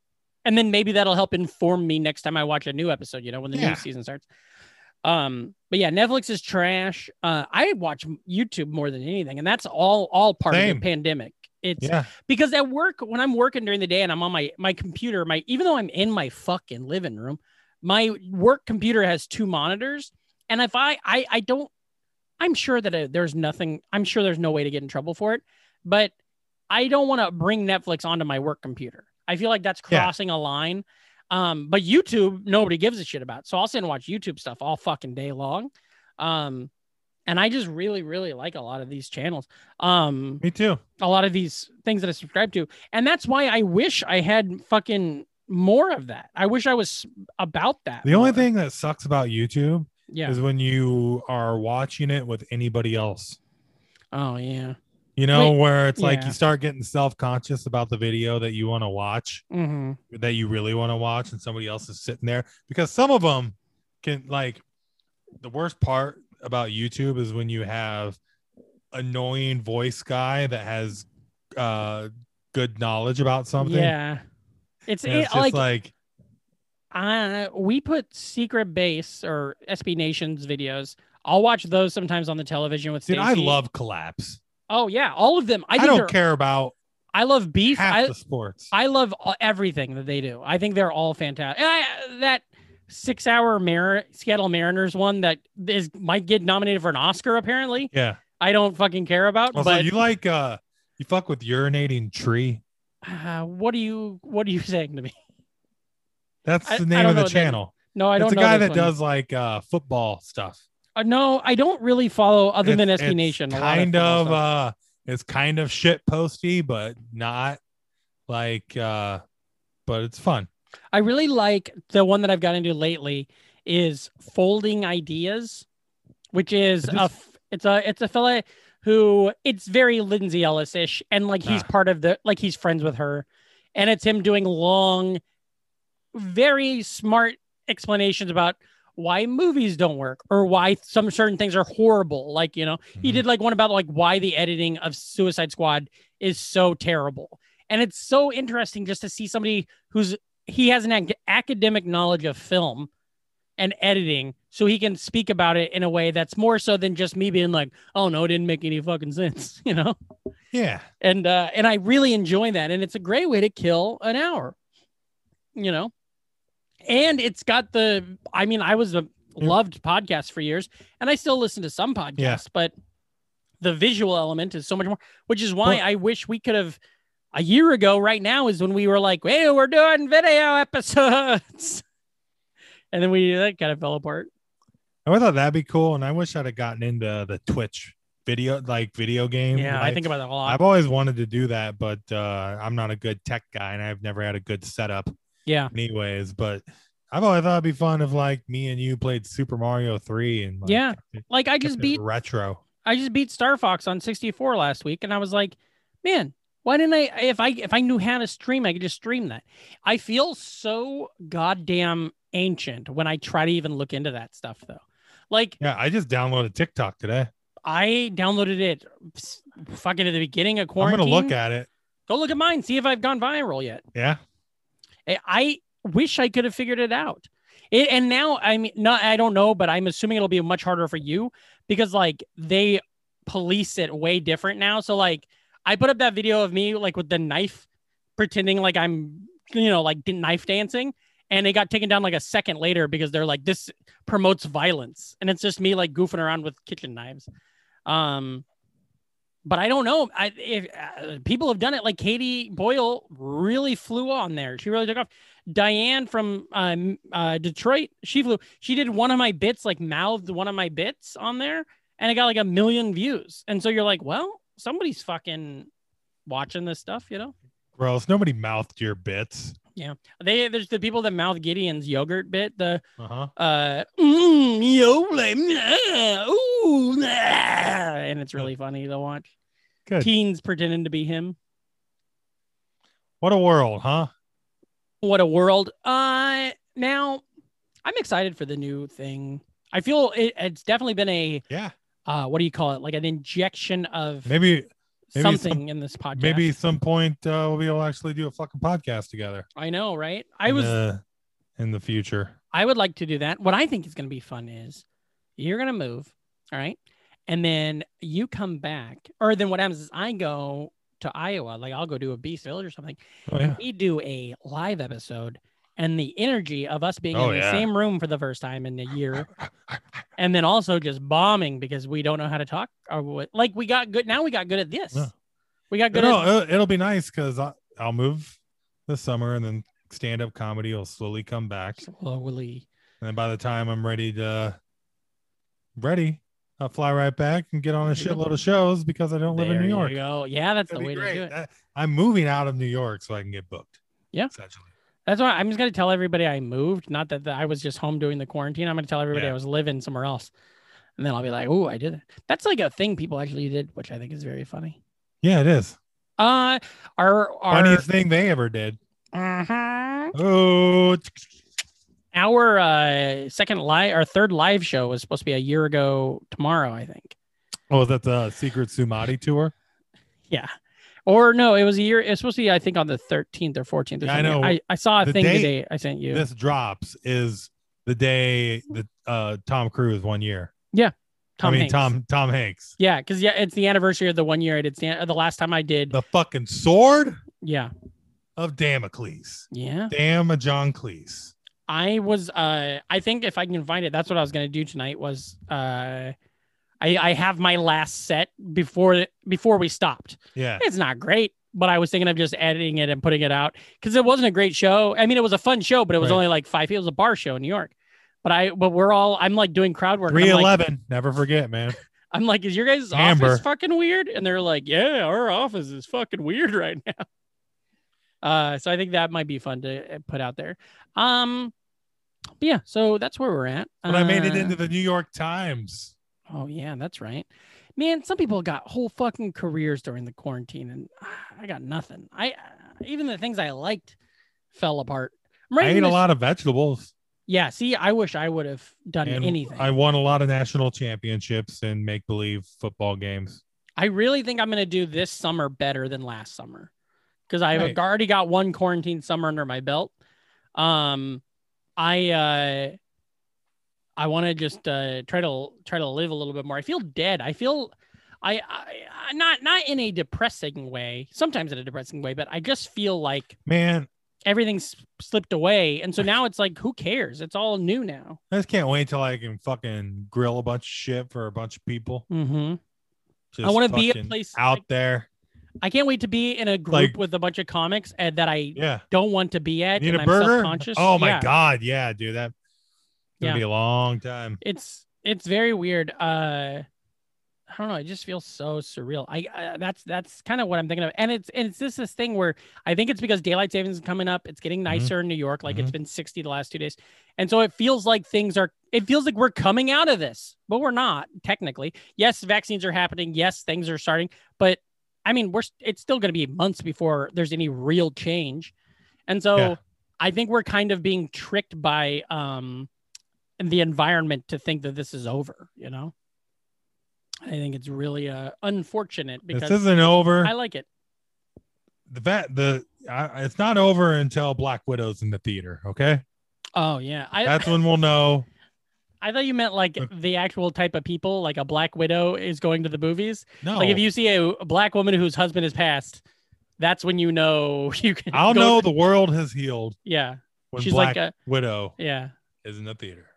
S3: and then maybe that'll help inform me next time I watch a new episode. You know, when the
S2: Yeah.
S3: new season starts. Um, but yeah, Netflix is trash. Uh, I watch YouTube more than anything, and that's all all part of
S2: Same.
S3: the pandemic. It's
S2: yeah.
S3: because at work when I'm working during the day and I'm on my my computer, my even though I'm in my fucking living room, my work computer has two monitors, and if I I I don't I'm sure that uh there's nothing. I'm sure there's no way to get in trouble for it, but I don't want to bring Netflix onto my work computer. I feel like that's
S2: Yeah.
S3: crossing a line. Um, but YouTube, nobody gives a shit about. So I'll sit and watch YouTube stuff all fucking day long. Um, and I just really, really like a lot of these channels. Um,
S2: Me too.
S3: a lot of these things that I subscribe to. And that's why I wish I had fucking more of that. I wish I was about that.
S2: The only
S3: more.
S2: thing that sucks about YouTube
S3: yeah.
S2: is when you are watching it with anybody else.
S3: Oh yeah.
S2: You know, where it's like
S3: yeah.
S2: you start getting self conscious about the video that you want to watch,
S3: hmm
S2: that you really want to watch, and somebody else is sitting there. Because some of them can, like, the worst part about YouTube is when you have annoying voice guy that has uh, good knowledge about something.
S3: Yeah. It's,
S2: And
S3: it-
S2: it's just
S3: like,
S2: like
S3: uh, we put Secret Base or SB Nation's videos. I'll watch those sometimes on the television with
S2: Dude, I
S3: Stacey.
S2: love collapse.
S3: Oh yeah, all of them. I,
S2: I,
S3: think
S2: don't
S3: they're-
S2: care about
S3: I love beef.
S2: half
S3: I,
S2: the sports.
S3: I love all- everything that they do. I think they're all fantastic. And I, that six-hour Mar- Seattle Mariners one that is might get nominated for an Oscar. Apparently,
S2: yeah.
S3: I don't fucking care about.
S2: Also,
S3: but
S2: you like uh you fuck with urinating tree.
S3: uh, what are you what are you saying to me?
S2: That's
S3: I-
S2: the
S3: I
S2: name
S3: don't
S2: of
S3: know
S2: the
S3: what that-
S2: channel.
S3: No, I don't.
S2: It's a
S3: know
S2: guy
S3: this
S2: that
S3: one.
S2: does like uh football stuff.
S3: Uh, no, I don't really follow other than
S2: It's-
S3: SB
S2: it's
S3: Nation. a lot
S2: Kind
S3: football
S2: of
S3: stuff.
S2: uh it's kind of shit posty, but not like uh but it's fun.
S3: I really like the one that I've got into lately is folding ideas, which is
S2: It
S3: a
S2: is-
S3: f- it's a it's a fella who it's very Lindsay Ellis ish, and like he's
S2: Ah.
S3: part of the like he's friends with her, and it's him doing long, very smart explanations about why movies don't work or why some certain things are horrible. Like you know, he
S2: Mhm.
S3: did like one about like why the editing of Suicide Squad is so terrible. And it's so interesting just to see somebody who's he has an ac- academic knowledge of film and editing so he can speak about it in a way that's more so than just me being like, "Oh no, it didn't make any fucking sense," you know?
S2: Yeah.
S3: And uh and I really enjoy that and it's a great way to kill an hour. You know? And it's got the I mean, I was a loved podcast for years and I still listen to some podcasts,
S2: Yeah.
S3: but the visual element is so much more, which is why
S2: Well-
S3: I wish we could have a year ago right now is when we were like, hey, we're doing video episodes. and then we that kind of fell apart.
S2: Oh, I thought that'd be cool and I wish I'd have gotten into the Twitch video like video game.
S3: Yeah, I
S2: like,
S3: think about that a lot.
S2: I've always wanted to do that, but uh, I'm not a good tech guy and I've never had a good setup.
S3: Yeah.
S2: Anyways, but I've always thought it'd be fun if like me and you played Super Mario 3 and like,
S3: Yeah.
S2: kept it-
S3: like I
S2: kept
S3: just
S2: it
S3: beat
S2: retro.
S3: I just beat Star Fox on 64 last week, and I was like, man, why didn't I? If I if I knew how to stream, I could just stream that. I feel so goddamn ancient when I try to even look into that stuff, though. Like
S2: Yeah, I just downloaded TikTok today.
S3: I downloaded it, s- fucking at the beginning of
S2: I'm
S3: quarantine.
S2: gonna look at it.
S3: Go look at mine, see if I've gone viral yet.
S2: Yeah,
S3: I- Eh, I wish I could have figured it out. It, and now I mean, not I don't know, but I'm assuming it'll be much harder for you because like they police it way different now. So like I put up that video of me like with the knife, pretending like I'm you know like d- knife dancing, and it got taken down like a second later because they're like this promotes violence, and it's just me like goofing around with kitchen knives. Um, but I don't know. I if uh, people have done it, like Katie Boyle really flew on there. She really took off. Diane from um, uh, Detroit, she flew. She did one of my bits, like mouthed one of my bits on there, and it got like a million views. And so you're like, well, somebody's fucking watching this stuff, you know?
S2: gross. Nobody mouthed your bits.
S3: They there's the people that mouth Gideon's yogurt bit, the
S2: Uh huh.
S3: uh, mm, yo, blah, blah, ooh, blah. and it's really funny to watch.
S2: Good.
S3: Teens pretending to be him.
S2: What a world, huh?
S3: what a world uh now i'm excited for the new thing i feel it, it's definitely been a
S2: Yeah.
S3: uh what do you call it like an injection of
S2: Maybe maybe
S3: something
S2: some-
S3: in this podcast
S2: maybe some point uh, we'll be able to actually do a fucking podcast together.
S3: i know right i
S2: in
S3: was
S2: the- in the future.
S3: i would like to do that what i think is going to be fun is you're going to move all right and then you come back or then what happens is i go to iowa like i'll go do a beast village or something
S2: Oh yeah.
S3: we do a live episode and the energy of us being
S2: Oh,
S3: in the
S2: yeah.
S3: same room for the first time in a year and then also just bombing because we don't know how to talk or what. Like we got good now. We got good at this.
S2: Yeah.
S3: We got good.
S2: No, uh,
S3: at,
S2: it'll, it'll be nice because I'll move this summer and then stand up comedy will slowly come back.
S3: slowly.
S2: And then by the time I'm ready to ready, I'll fly right back and get on a shitload of shows because I don't live in
S3: There
S2: New
S3: you
S2: York.
S3: go. Yeah, that's
S2: That'd
S3: the way
S2: be
S3: to
S2: great.
S3: do it.
S2: That- I'm moving out of New York so I can get booked.
S3: Yeah.
S2: Essentially.
S3: That's why I'm just gonna tell everybody I moved. Not that that I was just home doing the quarantine. I'm gonna tell everybody
S2: Yeah.
S3: I was living somewhere else, and then I'll be like, "Oh, I did it." That's like a thing people actually did, which I think is very funny.
S2: Yeah, it is.
S3: Uh, our our
S2: Funniest thing they ever did.
S3: Mhm.
S2: Oh,
S3: our uh second live our third live show was supposed to be a year ago tomorrow, I think.
S2: oh, was that the Secret Sumati tour?
S3: Yeah. Or no, it was a year. It was supposed to be, I think, on the 13th or 14th. Or
S2: Yeah, I
S3: something.
S2: know.
S3: I, I saw a
S2: The
S3: thing
S2: date-
S3: today. I sent you.
S2: This drops is the day that uh, Tom Cruise one year. I mean
S3: Hanks.
S2: Tom Tom Hanks.
S3: Yeah, because yeah, it's the anniversary of the one year I did stand. The last time I did.
S2: The fucking sword
S3: Yeah,
S2: of Damocles.
S3: yeah.
S2: Damn a John Cleese.
S3: I was. Uh, I think if I can find it, that's what I was gonna do tonight. Was uh, I I have my last set before before we stopped.
S2: Yeah.
S3: It's not great, but I was thinking of just editing it and putting it out because it wasn't a great show. I mean, it was a fun show, but it was
S2: Right.
S3: only like five. It was a bar show in New York. But I, but we're all. I'm like doing crowd work. and I'm like-
S2: 311. Never forget, man.
S3: I'm like, is your guys'
S2: Amber.
S3: office fucking weird? And they're like, yeah, our office is fucking weird right now. Uh, so I think that might be fun to uh, put out there. Um, but yeah, so that's where we're at.
S2: But I made it
S3: Uh,
S2: into the New York Times.
S3: Oh yeah, that's right. Man, some people got whole fucking careers during the quarantine, and ah, I got nothing. I uh, even the things I liked fell apart. I'm
S2: I
S3: writing
S2: ate a
S3: this-
S2: lot of vegetables.
S3: Yeah, see, I wish I would have done
S2: and
S3: anything.
S2: I won a lot of national championships and make believe football games.
S3: I really think I'm going to do this summer better than last summer because I've
S2: Right.
S3: already got one quarantine summer under my belt. Um, I uh, I want to just uh, try to try to live a little bit more. I feel dead. I feel I, I, I not not in a depressing way. Sometimes in a depressing way, but I just feel like
S2: Man,
S3: everything's slipped away, and so now it's like who cares? It's all new now.
S2: I just can't wait till I can fucking grill a bunch of shit for a bunch of people.
S3: Mm-hmm.
S2: Just
S3: wanna be at
S2: fucking
S3: place-
S2: out there.
S3: I can't wait to be in a group
S2: Like-
S3: with a bunch of comics and that I
S2: Yeah.
S3: don't want to be at.
S2: Need
S3: and
S2: a
S3: I'm
S2: burger?
S3: Self-conscious.
S2: Oh my
S3: Yeah.
S2: god, yeah, dude. That gonna
S3: Yeah.
S2: be a long time.
S3: It's it's very weird. Uh, I don't know. It just feels so surreal. I uh, that's that's kind of what I'm thinking of. And it's and it's just this thing where I think it's because daylight savings is coming up. It's getting
S2: Mm-hmm.
S3: nicer in New York. Like it's been 60 the last two days, and so it feels like things are. It feels like we're coming out of this, but we're not technically. Yes, vaccines are happening. Yes, things are starting, but I mean, we're st- it's still going to be months before there's any real change, and so
S2: Yeah.
S3: I think we're kind of being tricked by um the environment to think that this is over. You know, I think it's really uh, unfortunate because
S2: this isn't over.
S3: I like it.
S2: the vet the I, it's not over until Black Widow's in the theater. Okay,
S3: Oh yeah, I
S2: that's when we'll know.
S3: I thought you meant like the actual type of people, like a black widow is going to the movies.
S2: No,
S3: Like if you see a, a black woman whose husband has passed, that's when you know you can.
S2: I'll
S3: go-
S2: know the world has healed
S3: Yeah,
S2: when
S3: she's
S2: Black
S3: like uh, a
S2: Widow
S3: yeah.
S2: is in the theater.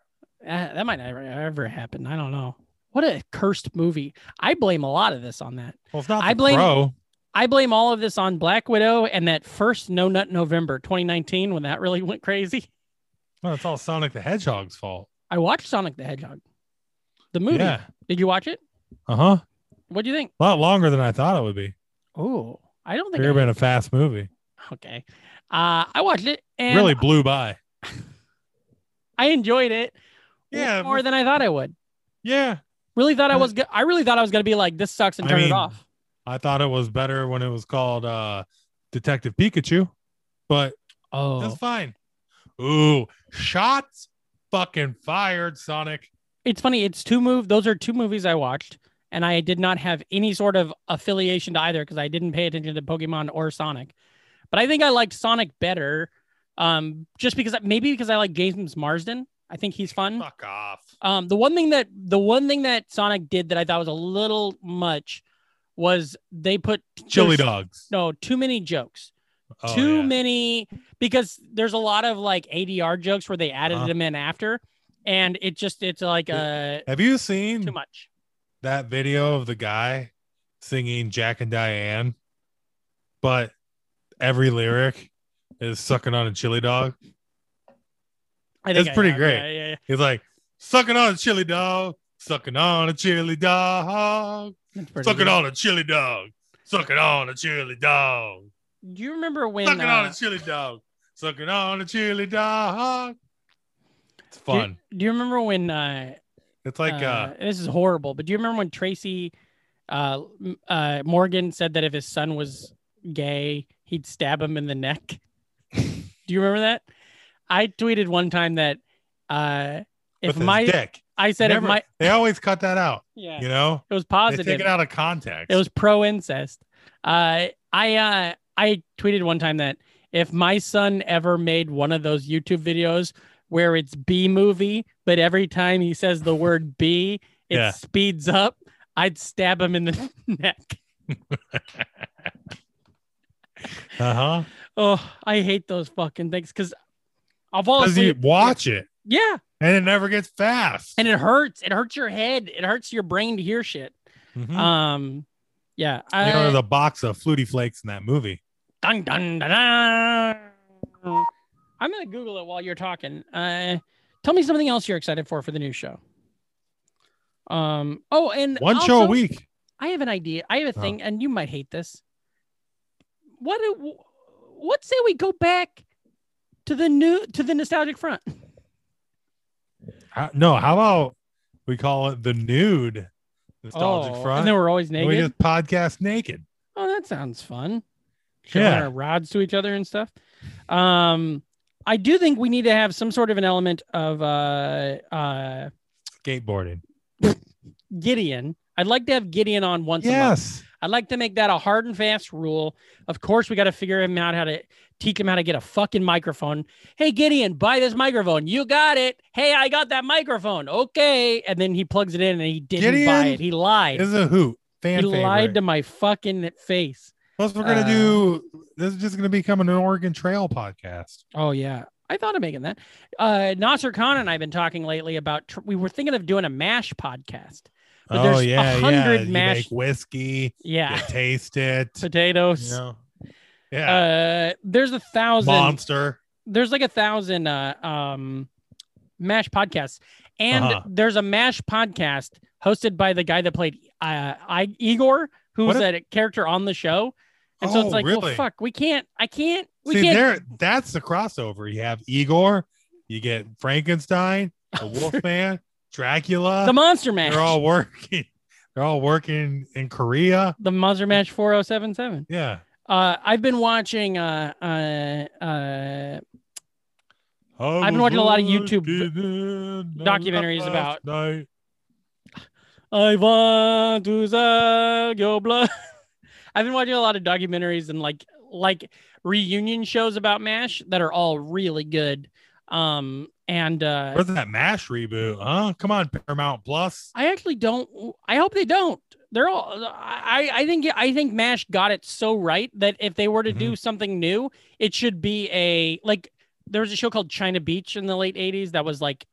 S3: Uh, that might never ever happen. I don't know. What a cursed movie. I blame a lot of this on that.
S2: Well, it's not.
S3: I
S2: the
S3: blame-
S2: Crow.
S3: I blame all of this on Black Widow and that first No Nut November 2019 when that really went crazy.
S2: Well, it's all Sonic the Hedgehog's fault.
S3: I watched Sonic the Hedgehog, the movie.
S2: Yeah.
S3: Did you watch it?
S2: Uh huh.
S3: What do you think?
S2: A lot longer than I thought it would be.
S3: Oh, I don't think.
S2: Could have
S3: I-
S2: been a fast movie.
S3: okay, uh, I watched it and
S2: really blew by.
S3: I enjoyed it.
S2: Yeah,
S3: more than I thought I would.
S2: Yeah.
S3: Really thought I
S2: Uh,
S3: was. Go- I really thought I was gonna be like this sucks and
S2: I
S3: turn
S2: mean-
S3: it off.
S2: I thought it was better when it was called uh, Detective Pikachu, but
S3: Oh,
S2: that's fine. Ooh, shots fucking fired, Sonic.
S3: it's funny. It's two move. Those are two movies I watched, and I did not have any sort of affiliation to either because I didn't pay attention to Pokemon or Sonic. But I think I liked Sonic better, um, just because maybe because I like James Marsden. I think he's fun.
S2: Fuck off.
S3: Um, the one thing that the one thing that Sonic did that I thought was a little much was they put
S2: Chili
S3: there's-
S2: dogs.
S3: No, too many jokes.
S2: Oh,
S3: too
S2: yeah.
S3: many because there's a lot of like ADR jokes where they added
S2: Uh-huh.
S3: them in after. and it just it's like uh
S2: Have you seen
S3: too much.
S2: that video of the guy singing Jack and Diane, but every lyric is sucking on a chili dog.
S3: I think
S2: It's
S3: I
S2: pretty
S3: have,
S2: great.
S3: Yeah, yeah, yeah.
S2: He's like, sucking on a chili dog, sucking on a chili dog,
S3: It's pretty
S2: sucking
S3: good.
S2: on a chili dog, sucking on a chili dog,
S3: Do you remember when
S2: sucking on
S3: uh,
S2: a chili dog, sucking on a chili dog. It's
S3: do you-
S2: fun.
S3: Do, you remember when uh
S2: It's like uh,
S3: uh, this is horrible, but do you remember when Tracy uh m- uh Morgan said that if his son was gay, he'd stab him in the neck? do you remember that? I tweeted one time that uh if
S2: with his
S3: my
S2: dick.
S3: I said
S2: Never-
S3: if my
S2: they always cut that out,
S3: yeah,
S2: you know?
S3: it was
S2: They take
S3: positive.
S2: it out of context.
S3: It was pro incest. Uh, I uh, I tweeted one time that if my son ever made one of those YouTube videos where it's B movie, but every time he says the word B, it
S2: Yeah.
S3: speeds up, I'd stab him in the neck.
S2: uh-huh.
S3: Oh, I hate those fucking things because I'll fall
S2: Because you
S3: asleep.
S2: watch it
S3: Yeah,
S2: and it never gets fast.
S3: and it hurts. It hurts your head. It hurts your brain to hear shit.
S2: Mhm.
S3: Um, yeah.
S2: you know,
S3: I-
S2: there's a box of Flutie Flakes in that movie.
S3: Dun, dun, dun, dun. I'm gonna Google it while you're talking. Uh, tell me something else you're excited for for the new show. Um. Oh, and
S2: One show a
S3: also,
S2: week.
S3: I have an idea. I have a
S2: Oh.
S3: thing, and you might hate this. What? do- What say we go back to the new to the nostalgic front?
S2: How- Uh, no, how about we call it the nude nostalgic
S3: oh,
S2: front?
S3: And then we're always
S2: and
S3: naked.
S2: we just podcast naked.
S3: Oh, that sounds fun. Showing
S2: Yeah.
S3: our rods to each other and stuff. Um, I do think we need to have some sort of an element of uh, uh,
S2: Skateboarding.
S3: Gideon. I'd like to have Gideon on once a month.
S2: Yes.
S3: I'd like to make that a hard and fast rule. Of course, we got to figure him out how to teach him how to get a fucking microphone. Hey, Gideon, buy this microphone. You got it. Hey, I got that microphone. Okay. And then he plugs it in and he didn't buy
S2: Gideon
S3: it. He lied.
S2: This is a hoot.
S3: He
S2: Fan
S3: lied
S2: favorite.
S3: to my fucking face.
S2: Plus, we're gonna
S3: uh,
S2: do this is just gonna become an Oregon Trail podcast.
S3: Oh yeah, I thought of making that. Uh, Nasser Khan and I've been talking lately about. Tr- we were thinking of doing a mash podcast. But
S2: Oh
S3: there's a
S2: yeah, yeah.
S3: hundred
S2: You
S3: mash-
S2: make whiskey,
S3: Yeah,
S2: you taste it.
S3: potatoes.
S2: You know? Yeah.
S3: Uh, there's a thousand.
S2: Monster.
S3: There's like a thousand uh, um, mash podcasts, and
S2: Uh-huh.
S3: there's a mash podcast hosted by the guy that played uh, I Igor, who was
S2: What
S3: a character on the show. And so
S2: Oh,
S3: it's like, well,
S2: really?
S3: fuck, we can't. I can't. We
S2: See,
S3: can't.
S2: there that's the crossover. You have Igor, you get Frankenstein, the Wolfman, Dracula.
S3: The Monster Mash.
S2: They're all working. They're all working in Korea.
S3: the Monster Mash four zero seven seven.
S2: Yeah.
S3: Uh, I've been watching. Uh, uh, uh,
S2: I've
S3: been watching a lot of YouTube documentaries about-
S2: Night.
S3: I want to suck your blood. I've been watching a lot of documentaries and like like reunion shows about Mash that are all really good. Um, and uh,
S2: Where's that Mash reboot? Huh? Come on, Paramount Plus.
S3: I actually don't. I hope they don't. They're all. I I think I think Mash got it so right that if they were to
S2: Mm-hmm.
S3: do something new, it should be a like. There was a show called China Beach in the late '80s that was like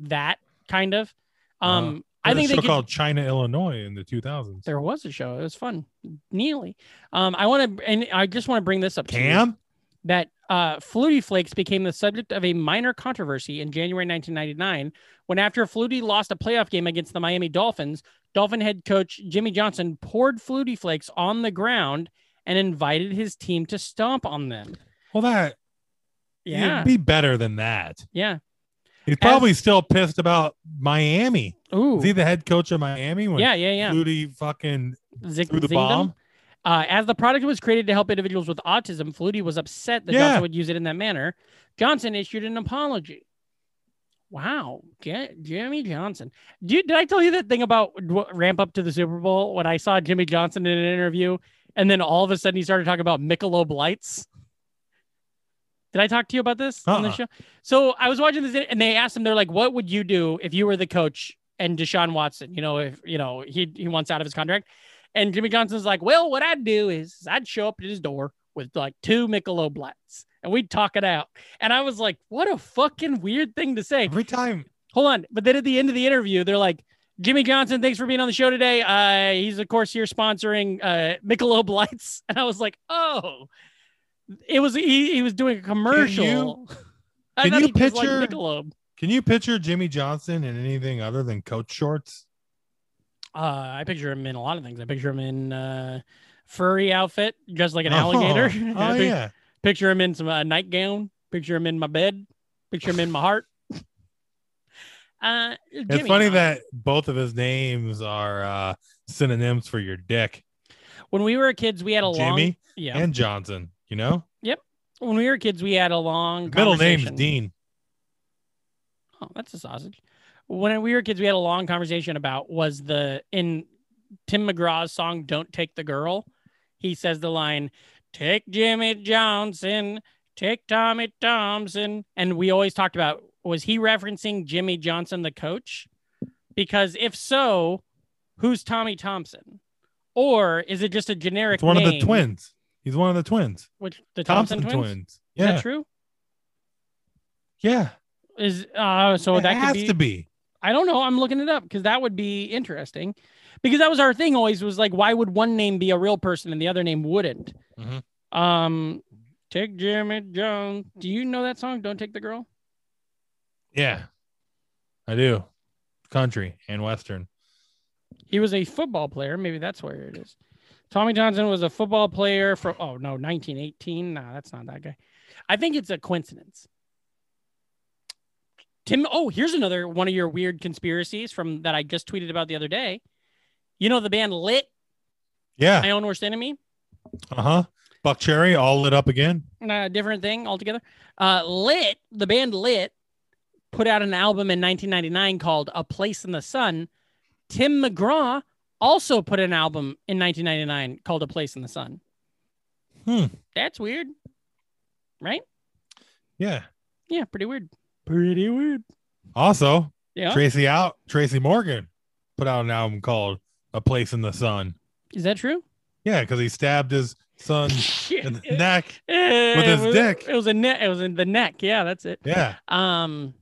S3: that kind of. Um, I
S2: Oh. There's
S3: think
S2: a
S3: they
S2: show
S3: could,
S2: called China Illinois in the 2000s.
S3: there was a show. It was fun. Neely. Um, I want to, and I just want to bring this up. to you
S2: Cam,
S3: that uh, Flutie Flakes became the subject of a minor controversy in January 1999 when, after Flutie lost a playoff game against the Miami Dolphins, Dolphin head coach Jimmy Johnson poured Flutie Flakes on the ground and invited his team to stomp on them.
S2: well, that
S3: Yeah.
S2: it'd be better than that.
S3: Yeah.
S2: He's probably still pissed about Miami.
S3: Ooh.
S2: Is he the head coach of Miami when
S3: Yeah, yeah, yeah.
S2: Flutie fucking
S3: Zick-
S2: threw the
S3: zinged 'em.
S2: bomb?
S3: Uh, as the product was created to help individuals with autism, Flutie was upset that
S2: Yeah.
S3: Johnson would use it in that manner. Johnson issued an apology. Wow, Je- Jimmy Johnson. Did, did I tell you that thing about w- ramp up to the Super Bowl when I saw Jimmy Johnson in an interview, and then all of a sudden he started talking about Michelob Lights? Did I talk to you about this on the
S2: Uh-uh.
S3: show? So I was watching this, in- and they asked him, they're like, "What would you do if you were the coach and Deshaun Watson? You know, if you know he he wants out of his contract." And Jimmy Johnson's like, well, what I'd do is I'd show up at his door with like two Michelob lights and we'd talk it out. And I was like, what a fucking weird thing to say.
S2: Every time
S3: hold on. But then at the end of the interview, they're like, Jimmy Johnson, thanks for being on the show today. Uh, he's of course here sponsoring uh, Michelob Lights, and I was like, oh, it was he, he was doing a commercial. I
S2: can
S3: thought
S2: you
S3: he just liked
S2: picture-
S3: Michelob?
S2: Can you picture Jimmy Johnson in anything other than coach shorts?
S3: Uh, I picture him in a lot of things. I picture him in uh, furry outfit, dressed like an
S2: Oh,
S3: alligator.
S2: Oh,
S3: I pic-
S2: yeah.
S3: Picture him in some uh, nightgown. Picture him in my bed. Picture him in my heart. Uh,
S2: It's funny that both of his names are uh, synonyms for your dick,
S3: when we were kids, we had a long
S2: Jimmy
S3: yeah.
S2: and Johnson. You know,
S3: when we were kids, we had a long
S2: middle name's
S3: conversation.
S2: Dean.
S3: Oh, that's a sausage. When we were kids, we had a long conversation about was the in Tim McGraw's song "Don't Take the Girl." He says the line, "Take Jimmy Johnson, take Tommy Thompson," and we always talked about was he referencing Jimmy Johnson, the coach? Because if so, who's Tommy Thompson? Or is it just a generic?
S2: It's one of the
S3: name,
S2: twins. He's one of the twins.
S3: Which the Thompson,
S2: Thompson,
S3: twins?
S2: twins.
S3: Is
S2: Yeah,
S3: that true?
S2: yeah.
S3: Is uh so
S2: it
S3: that
S2: has
S3: could be,
S2: to be.
S3: I don't know. I'm looking it up because that would be interesting. Because that was our thing always was like, why would one name be a real person and the other name wouldn't?
S2: Mhm.
S3: Um, take Jimmy Jones. Do you know that song? Don't take the girl.
S2: Yeah, I do. Country and western.
S3: He was a football player. Maybe that's where it is. Tommy Johnson was a football player from oh no, 1918. Nah, that's not that guy. I think it's a coincidence. Tim, oh, here's another one of your weird conspiracies from that I just tweeted about the other day. You know the band Lit,
S2: Yeah.
S3: my own worst enemy.
S2: Uh huh. Buck Cherry all lit up again.
S3: a different thing altogether. Uh, Lit, the band Lit, put out an album in 1999 called A Place in the Sun. Tim McGraw also put an album in 1999 called A Place in the Sun.
S2: Hmm.
S3: That's weird, right?
S2: Yeah.
S3: Yeah, pretty weird. Pretty weird.
S2: Also,
S3: Yeah.
S2: Tracy out. Tracy Morgan put out an album called "A Place in the Sun."
S3: Is that true?
S2: Yeah, because he stabbed his son in the
S3: It-
S2: neck.
S3: it
S2: his
S3: was-
S2: dick.
S3: It was a neck. It was in the neck. Yeah, that's it.
S2: Yeah.
S3: Um,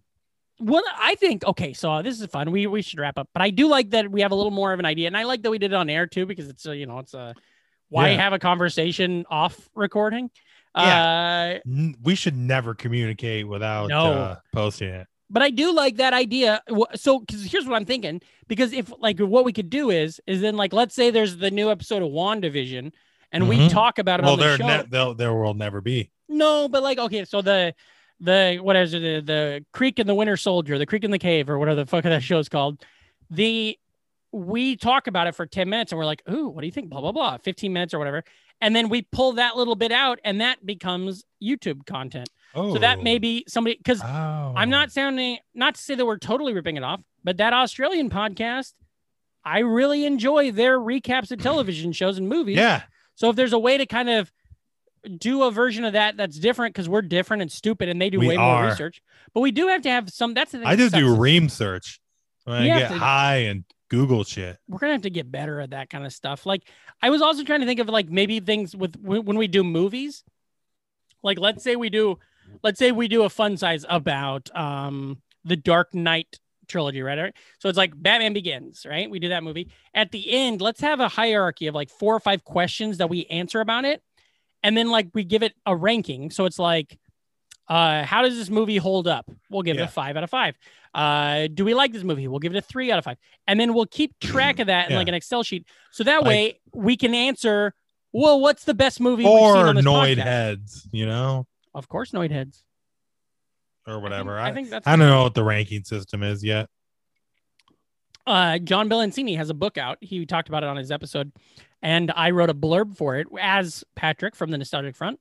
S3: well, I think okay. So this is fun. We we should wrap up, but I do like that we have a little more of an idea, and I like that we did it on air too because it's uh, you know it's a why
S2: Yeah.
S3: have a conversation off recording. Uh,
S2: N- we should never communicate without
S3: No.
S2: uh, posting it.
S3: but I do like that idea. Wh- So because here's what I'm thinking. Because if like what we could do is is then like let's say there's the new episode of Wandavision, and we
S2: Mhm.
S3: talk about it
S2: Well,
S3: on the
S2: there,
S3: show.
S2: ne- there, there will never be.
S3: No, but like okay, so the the what is it? The, the Creek and the Winter Soldier, the Creek in the Cave, or whatever the fuck that show's called. The we talk about it for ten minutes, and we're like, "Ooh, what do you think?" Blah blah blah. Fifteen minutes or whatever, and then we pull that little bit out, and that becomes YouTube content.
S2: Oh,
S3: So that may be somebody because
S2: Oh.
S3: I'm not sounding not to say that we're totally ripping it off, but that Australian podcast, I really enjoy their recaps of television shows and movies.
S2: Yeah,
S3: So if there's a way to kind of do a version of that that's different because we're different and stupid and they do
S2: We
S3: way
S2: are.
S3: more research, but we do have to have some. That's the thing.
S2: I
S3: that
S2: just do
S3: sucks is
S2: ream search when
S3: You
S2: I
S3: have
S2: get
S3: to-
S2: high and Google shit.
S3: We're gonna have to get better at that kind of stuff. Like I was also trying to think of like maybe things with when when we do movies. Like let's say we do, let's say we do a fun size about um the Dark Knight trilogy, right? Right. So it's like Batman Begins, right? We do that movie. At the end, let's have a hierarchy of like four or five questions that we answer about it. And then like we give it a ranking. So it's like, uh, how does this movie hold up? We'll give it
S2: Yeah.
S3: a five out of five. Uh, do we like this movie? We'll give it a three out of five. And then we'll keep track of that in
S2: Yeah.
S3: like an Excel sheet. So that
S2: Like-
S3: way we can answer, well, what's the best movie we've seen
S2: Or
S3: on this
S2: Noid
S3: podcast?
S2: heads, you know,
S3: Of course, Noid heads.
S2: or whatever.
S3: I
S2: I,
S3: think that's
S2: I don't know what the ranking system is yet.
S3: uh, John Bellancini has a book out. He talked about it on his episode, and I wrote a blurb for it as Patrick from the Nostalgic Front.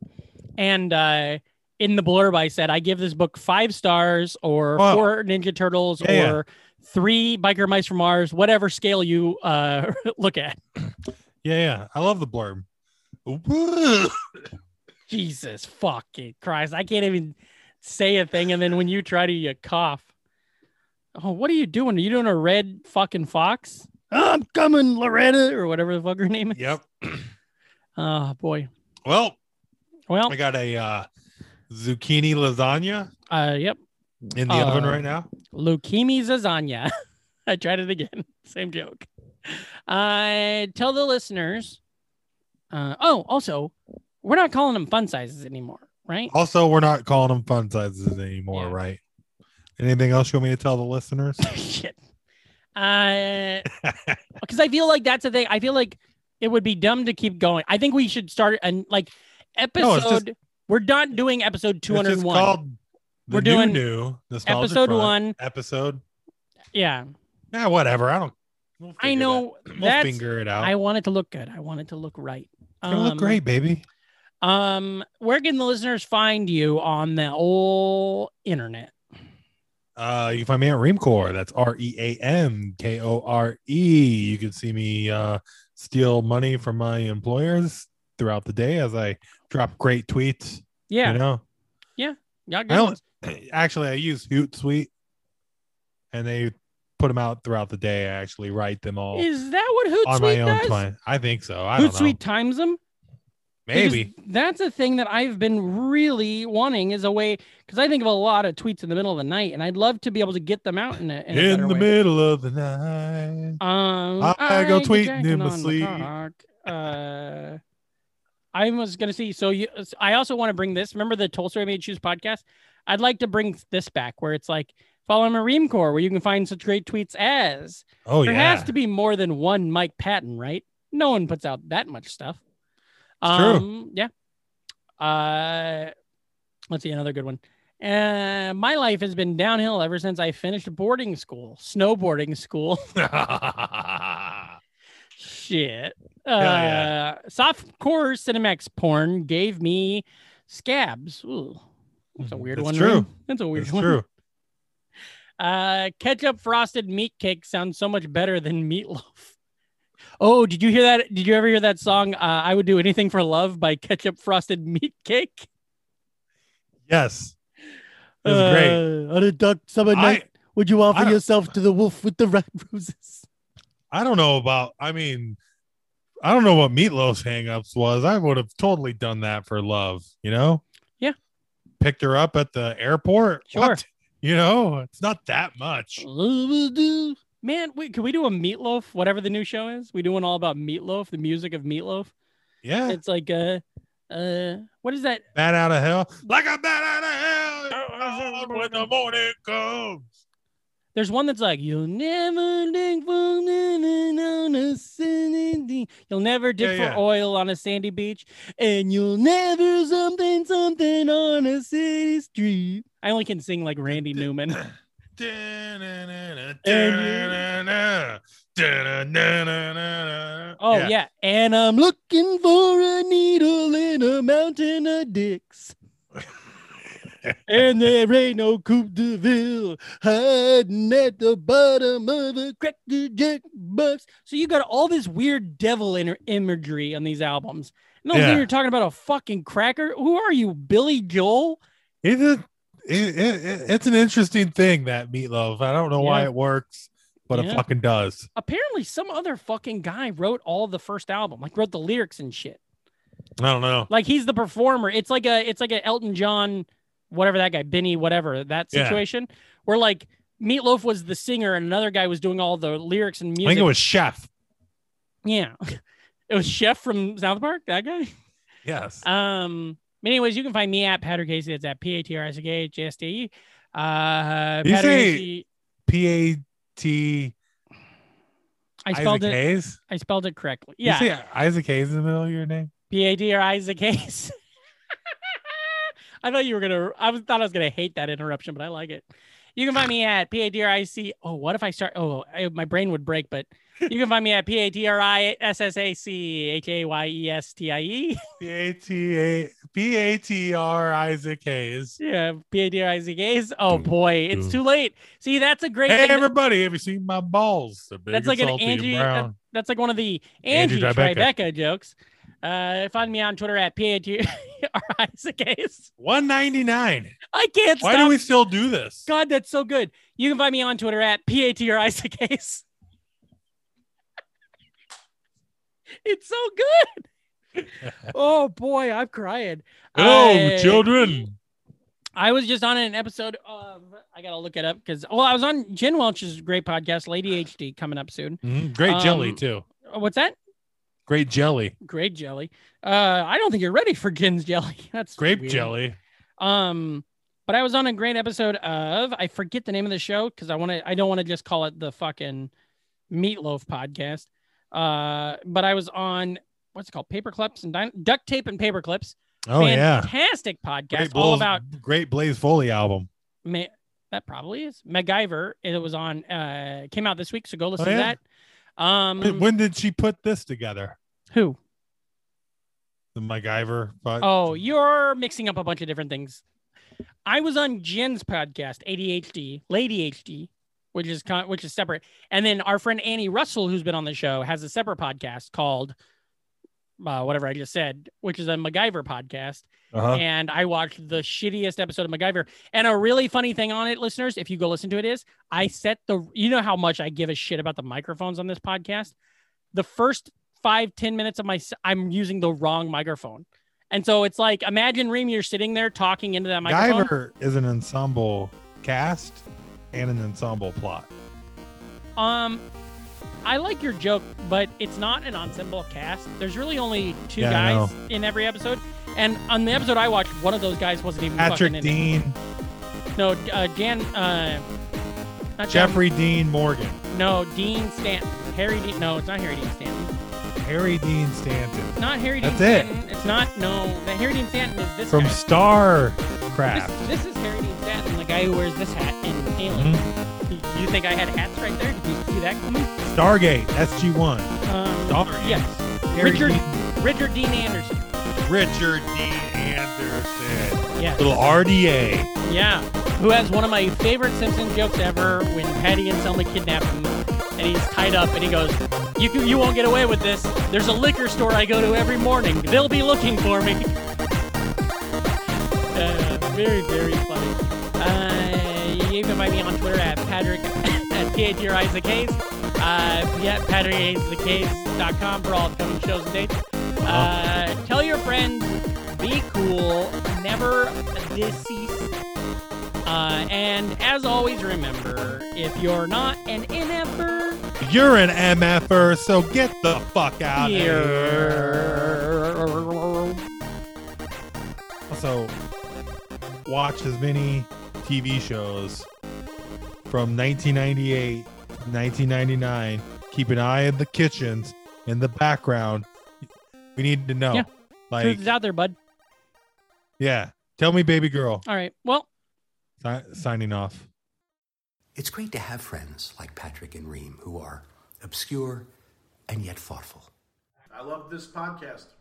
S3: And uh, in the blurb, I said I give this book five stars, or
S2: Wow.
S3: four Ninja Turtles,
S2: Yeah, yeah.
S3: or three Biker Mice from Mars, whatever scale you uh, look at.
S2: Yeah, yeah. I love the blurb.
S3: Jesus fucking Christ! I can't even say a thing, and then when you try to, you cough. Oh, what are you doing? Are you doing a red fucking fox? I'm coming, Loretta, or whatever the fuck her name is.
S2: yep.
S3: Oh boy.
S2: Well,
S3: Well,
S2: I got a uh, zucchini lasagna.
S3: uh, yep.
S2: in the
S3: Uh,
S2: oven right now.
S3: Leukemi Zazania. I tried it again. Same joke. Uh, tell the listeners. Uh, oh, also, we're not calling them fun sizes anymore, right?
S2: Also, we're not calling them fun sizes anymore,
S3: Yeah.
S2: right? Anything else you want me to tell the listeners?
S3: Shit. Uh, because I feel like that's the thing. I feel like it would be dumb to keep going. I think we should start and like
S2: No,
S3: episode.
S2: it's just-
S3: we're not doing episode two hundred
S2: It's just
S3: one.
S2: called the
S3: We're
S2: new
S3: doing
S2: new nostalgic
S3: Episode
S2: front.
S3: one.
S2: episode.
S3: Yeah,
S2: Nah, whatever. I don't. we'll figure
S3: I
S2: it out.
S3: know.
S2: We'll
S3: that's.
S2: figure it out.
S3: I want it to look good. I want it to look right.
S2: It's gonna
S3: Um,
S2: look great, baby.
S3: Um, where can the listeners find you on the old internet?
S2: Uh, you can find me at Reamcore. That's R E A M K O R E. You can see me uh, steal money from my employers throughout the day as I drop great tweets.
S3: Yeah,
S2: You know,
S3: y'all good
S2: I don't-
S3: ones.
S2: actually, I use Hootsuite, and they put them out throughout the day. I actually write them all
S3: Is that what Hootsuite
S2: on my own
S3: does?
S2: time. I think so. I don't know.
S3: Hootsuite times them. Because
S2: Maybe
S3: that's a thing that I've been really wanting is a way because I think of a lot of tweets in the middle of the night, and I'd love to be able to get them out in a, in a
S2: in
S3: better
S2: the
S3: way.
S2: middle of the night.
S3: Um,
S2: I go
S3: get
S2: tweeting
S3: jacked
S2: in my
S3: on the
S2: sleep.
S3: cock. Uh, I was gonna see. So you, I also want to bring this. Remember the Tolstoy Made Shoes podcast? I'd like to bring this back, where it's like follow Marine Corps, where you can find such great tweets as.
S2: Oh
S3: there
S2: yeah,
S3: has to be more than one Mike Patton, right? No one puts out that much stuff. Um,
S2: It's true.
S3: Yeah. Uh, let's see another good one. Uh, my life has been downhill ever since I finished boarding school, snowboarding school. Shit. Uh,
S2: yeah.
S3: Softcore Cinemax porn gave me scabs. Ooh, that's a
S2: Mhm.
S3: weird
S2: It's
S3: one.
S2: true.
S3: Ren. That's a weird
S2: it's
S3: one.
S2: true.
S3: Uh, ketchup frosted meat cake sounds so much better than meatloaf. Oh, did you hear that? Did you ever hear that song? Uh, I would do anything for love by ketchup frosted meat cake.
S2: Yes, it was great.
S3: Uh, On a dark summer
S2: I,
S3: would you
S2: I don't-
S3: yourself to the wolf with the red roses?
S2: I don't know about. I mean, I don't know what Meatloaf's hangups was. I would have totally done that for love. You know.
S3: Yeah.
S2: Picked her up at the airport.
S3: Sure.
S2: What? You know, it's not that much.
S3: Man, wait, can we do a meatloaf? Whatever the new show is, we do one all about meatloaf, the music of meatloaf.
S2: Yeah.
S3: It's like uh, uh, what is that?
S2: bat out of hell, like a bat out of hell when the morning comes.
S3: There's one that's like, you'll never dig for lemon on a sandy beach. You'll never dig
S2: Yeah,
S3: for
S2: yeah.
S3: oil on a sandy beach. And you'll never something, something on a city street. I only can sing like Randy Newman. Oh, yeah. And I'm looking for a needle in a mountain of dicks. and there ain't no Coupe de Ville hiding at the bottom of a Cracker Jack box. So you got all this weird devil in- imagery on these albums. No, then
S2: Yeah.
S3: you're talking about a fucking cracker. Who are you, Billy Joel?
S2: It's, a, it, it, it's an interesting thing that meatloaf. I don't know why
S3: Yeah.
S2: it works, but
S3: Yeah.
S2: it fucking does.
S3: Apparently, some other fucking guy wrote all the first album, like wrote the lyrics and shit.
S2: I don't know.
S3: Like he's the performer. It's like a it's like a Elton John, whatever that guy, Benny, whatever that
S2: Yeah.
S3: situation where like Meatloaf was the singer and another guy was doing all the lyrics and
S2: I think
S3: music.
S2: it was Chef.
S3: yeah, it was Chef from South Park. That guy.
S2: Yes.
S3: Um. Anyways, you can find me at Patrick Casey. That's at P A T R I C K H A S T E. Uh,
S2: You
S3: Patrick
S2: say-
S3: Casey-
S2: P A T
S3: I
S2: Isaac
S3: spelled it.
S2: Hayes.
S3: I spelled it correctly.
S2: You
S3: Yeah.
S2: say Isaac Hayes in the middle of your name?
S3: P A D or Isaac Hayes. I thought you were gonna. I was thought I was gonna hate that interruption, but I like it. You can find me at P A D R I C. Oh, what if I start? Oh, I, my brain would break. But you can find me at P A D R I S S A C H A Y E S T I E.
S2: P A T A P A T R Isaac Hayes.
S3: Yeah, Uh, P A D R I Z Hayes. Oh
S2: Boom,
S3: boy, it's
S2: boom.
S3: too late. See, that's a great.
S2: Hey
S3: thing that-
S2: everybody, have you seen my balls? They're big
S3: That's
S2: and
S3: like an
S2: salty
S3: Angie-
S2: and brown.
S3: that's like one of the Angie
S2: Angie
S3: Tribeca,
S2: Tribeca.
S3: jokes. Uh, find me on Twitter at P A D R Isaac Hayes.
S2: One ninety nine.
S3: I can't
S2: Why
S3: stop
S2: do we still do this?
S3: God, that's so good. You can find me on Twitter at PAT or Isaac Hayes. it's so good. oh boy, I'm crying.
S2: Hello,
S3: I-
S2: children.
S3: I was just on an episode of I gotta look it up because well, I was on Jen Welch's great podcast,
S2: Uh-huh.
S3: Lady HD, coming up soon.
S2: Mhm. Great jelly
S3: Um,
S2: too.
S3: Oh, What's that?
S2: Great jelly.
S3: Grape jelly. Uh, I don't think you're ready for Jen's jelly. That's
S2: Grape
S3: weird.
S2: jelly.
S3: Um, but I was on a great episode of I forget the name of the show because I want to I don't want to just call it the fucking meatloaf podcast. Uh, but I was on what's it called paper clips and dyn- duct tape and paper clips.
S2: Oh yeah.
S3: fantastic podcast
S2: Great
S3: all
S2: Blaze-
S3: about
S2: Great Blaze Foley album.
S3: Ma- that probably is MacGyver. It was on uh came out this week, so go listen
S2: Oh, yeah.
S3: to that. Um,
S2: When- When did she put this together?
S3: who?
S2: The MacGyver. But
S3: Oh, you're mixing up a bunch of different things. I was on Jen's podcast, ADHD, Lady HD, which is con- which is separate, and then our friend Annie Russell, who's been on the show, has a separate podcast called uh, whatever I just said, which is a MacGyver podcast.
S2: uh-huh.
S3: and I watched the shittiest episode of MacGyver. And a really funny thing on it, listeners, if you go listen to it, is I set the you know how much I give a shit about the microphones on this podcast. The first five ten minutes of my s- I'm using the wrong microphone, and so it's like imagine Reem, you're sitting there talking into that microphone.
S2: MacGyver is an ensemble cast and an ensemble plot.
S3: Um, I like your joke, but it's not an ensemble cast. There's really only two
S2: Yeah, I
S3: guys in every episode. And on the episode I watched, one of those guys wasn't even
S2: Patrick
S3: fucking in it.
S2: Dean,
S3: No, uh, Dan, uh, not Jan-
S2: Jeffrey Dean Morgan,
S3: No, Dean Stanton. Harry Dean. No, it's not Harry Dean Stanton.
S2: Harry Dean Stanton
S3: It's not Harry Dean
S2: That's it.
S3: Stanton. It's not. No, the Harry Dean Stanton is this
S2: from
S3: guy.
S2: Starcraft.
S3: This, this is Harry Dean Stanton, the guy who wears this hat in Alien.
S2: Mm-hmm.
S3: You- You think I had hats right there? Did you see that coming?
S2: Stargate SG1.
S3: Um,
S2: Star
S3: yes.
S2: Harry
S3: Richard-
S2: Dean-
S3: Richard Dean Anderson.
S2: Richard Dean Anderson.
S3: Yes.
S2: Little RDA.
S3: Yeah. Who has one of my favorite Simpsons jokes ever when Patty and Selma kidnap him and he's tied up and he goes, you, can, you won't get away with this. There's a liquor store I go to every morning. They'll be looking for me. Uh, very, very funny. Uh, you can find me on Twitter at Patrick at PATRISTHECase. Uh, yeah, PatrickIsTheCase.com for all upcoming shows and dates. Uh, tell your friends, be cool, never decease uh, and as always, remember if you're not an NFer,
S2: You're an MFer, so get the fuck out of here.
S3: you're.
S2: Also, watch as many TV shows from 1998 to 1999. Keep an eye on the kitchens in the background. We need to know.
S3: Yeah.
S2: Like,
S3: Truth is out there, bud.
S2: yeah. Tell me, baby girl.
S3: All right. Well,
S2: Si- signing off.
S4: It's great to have friends like Patrick and Reem who are obscure and yet thoughtful.
S5: I love this podcast.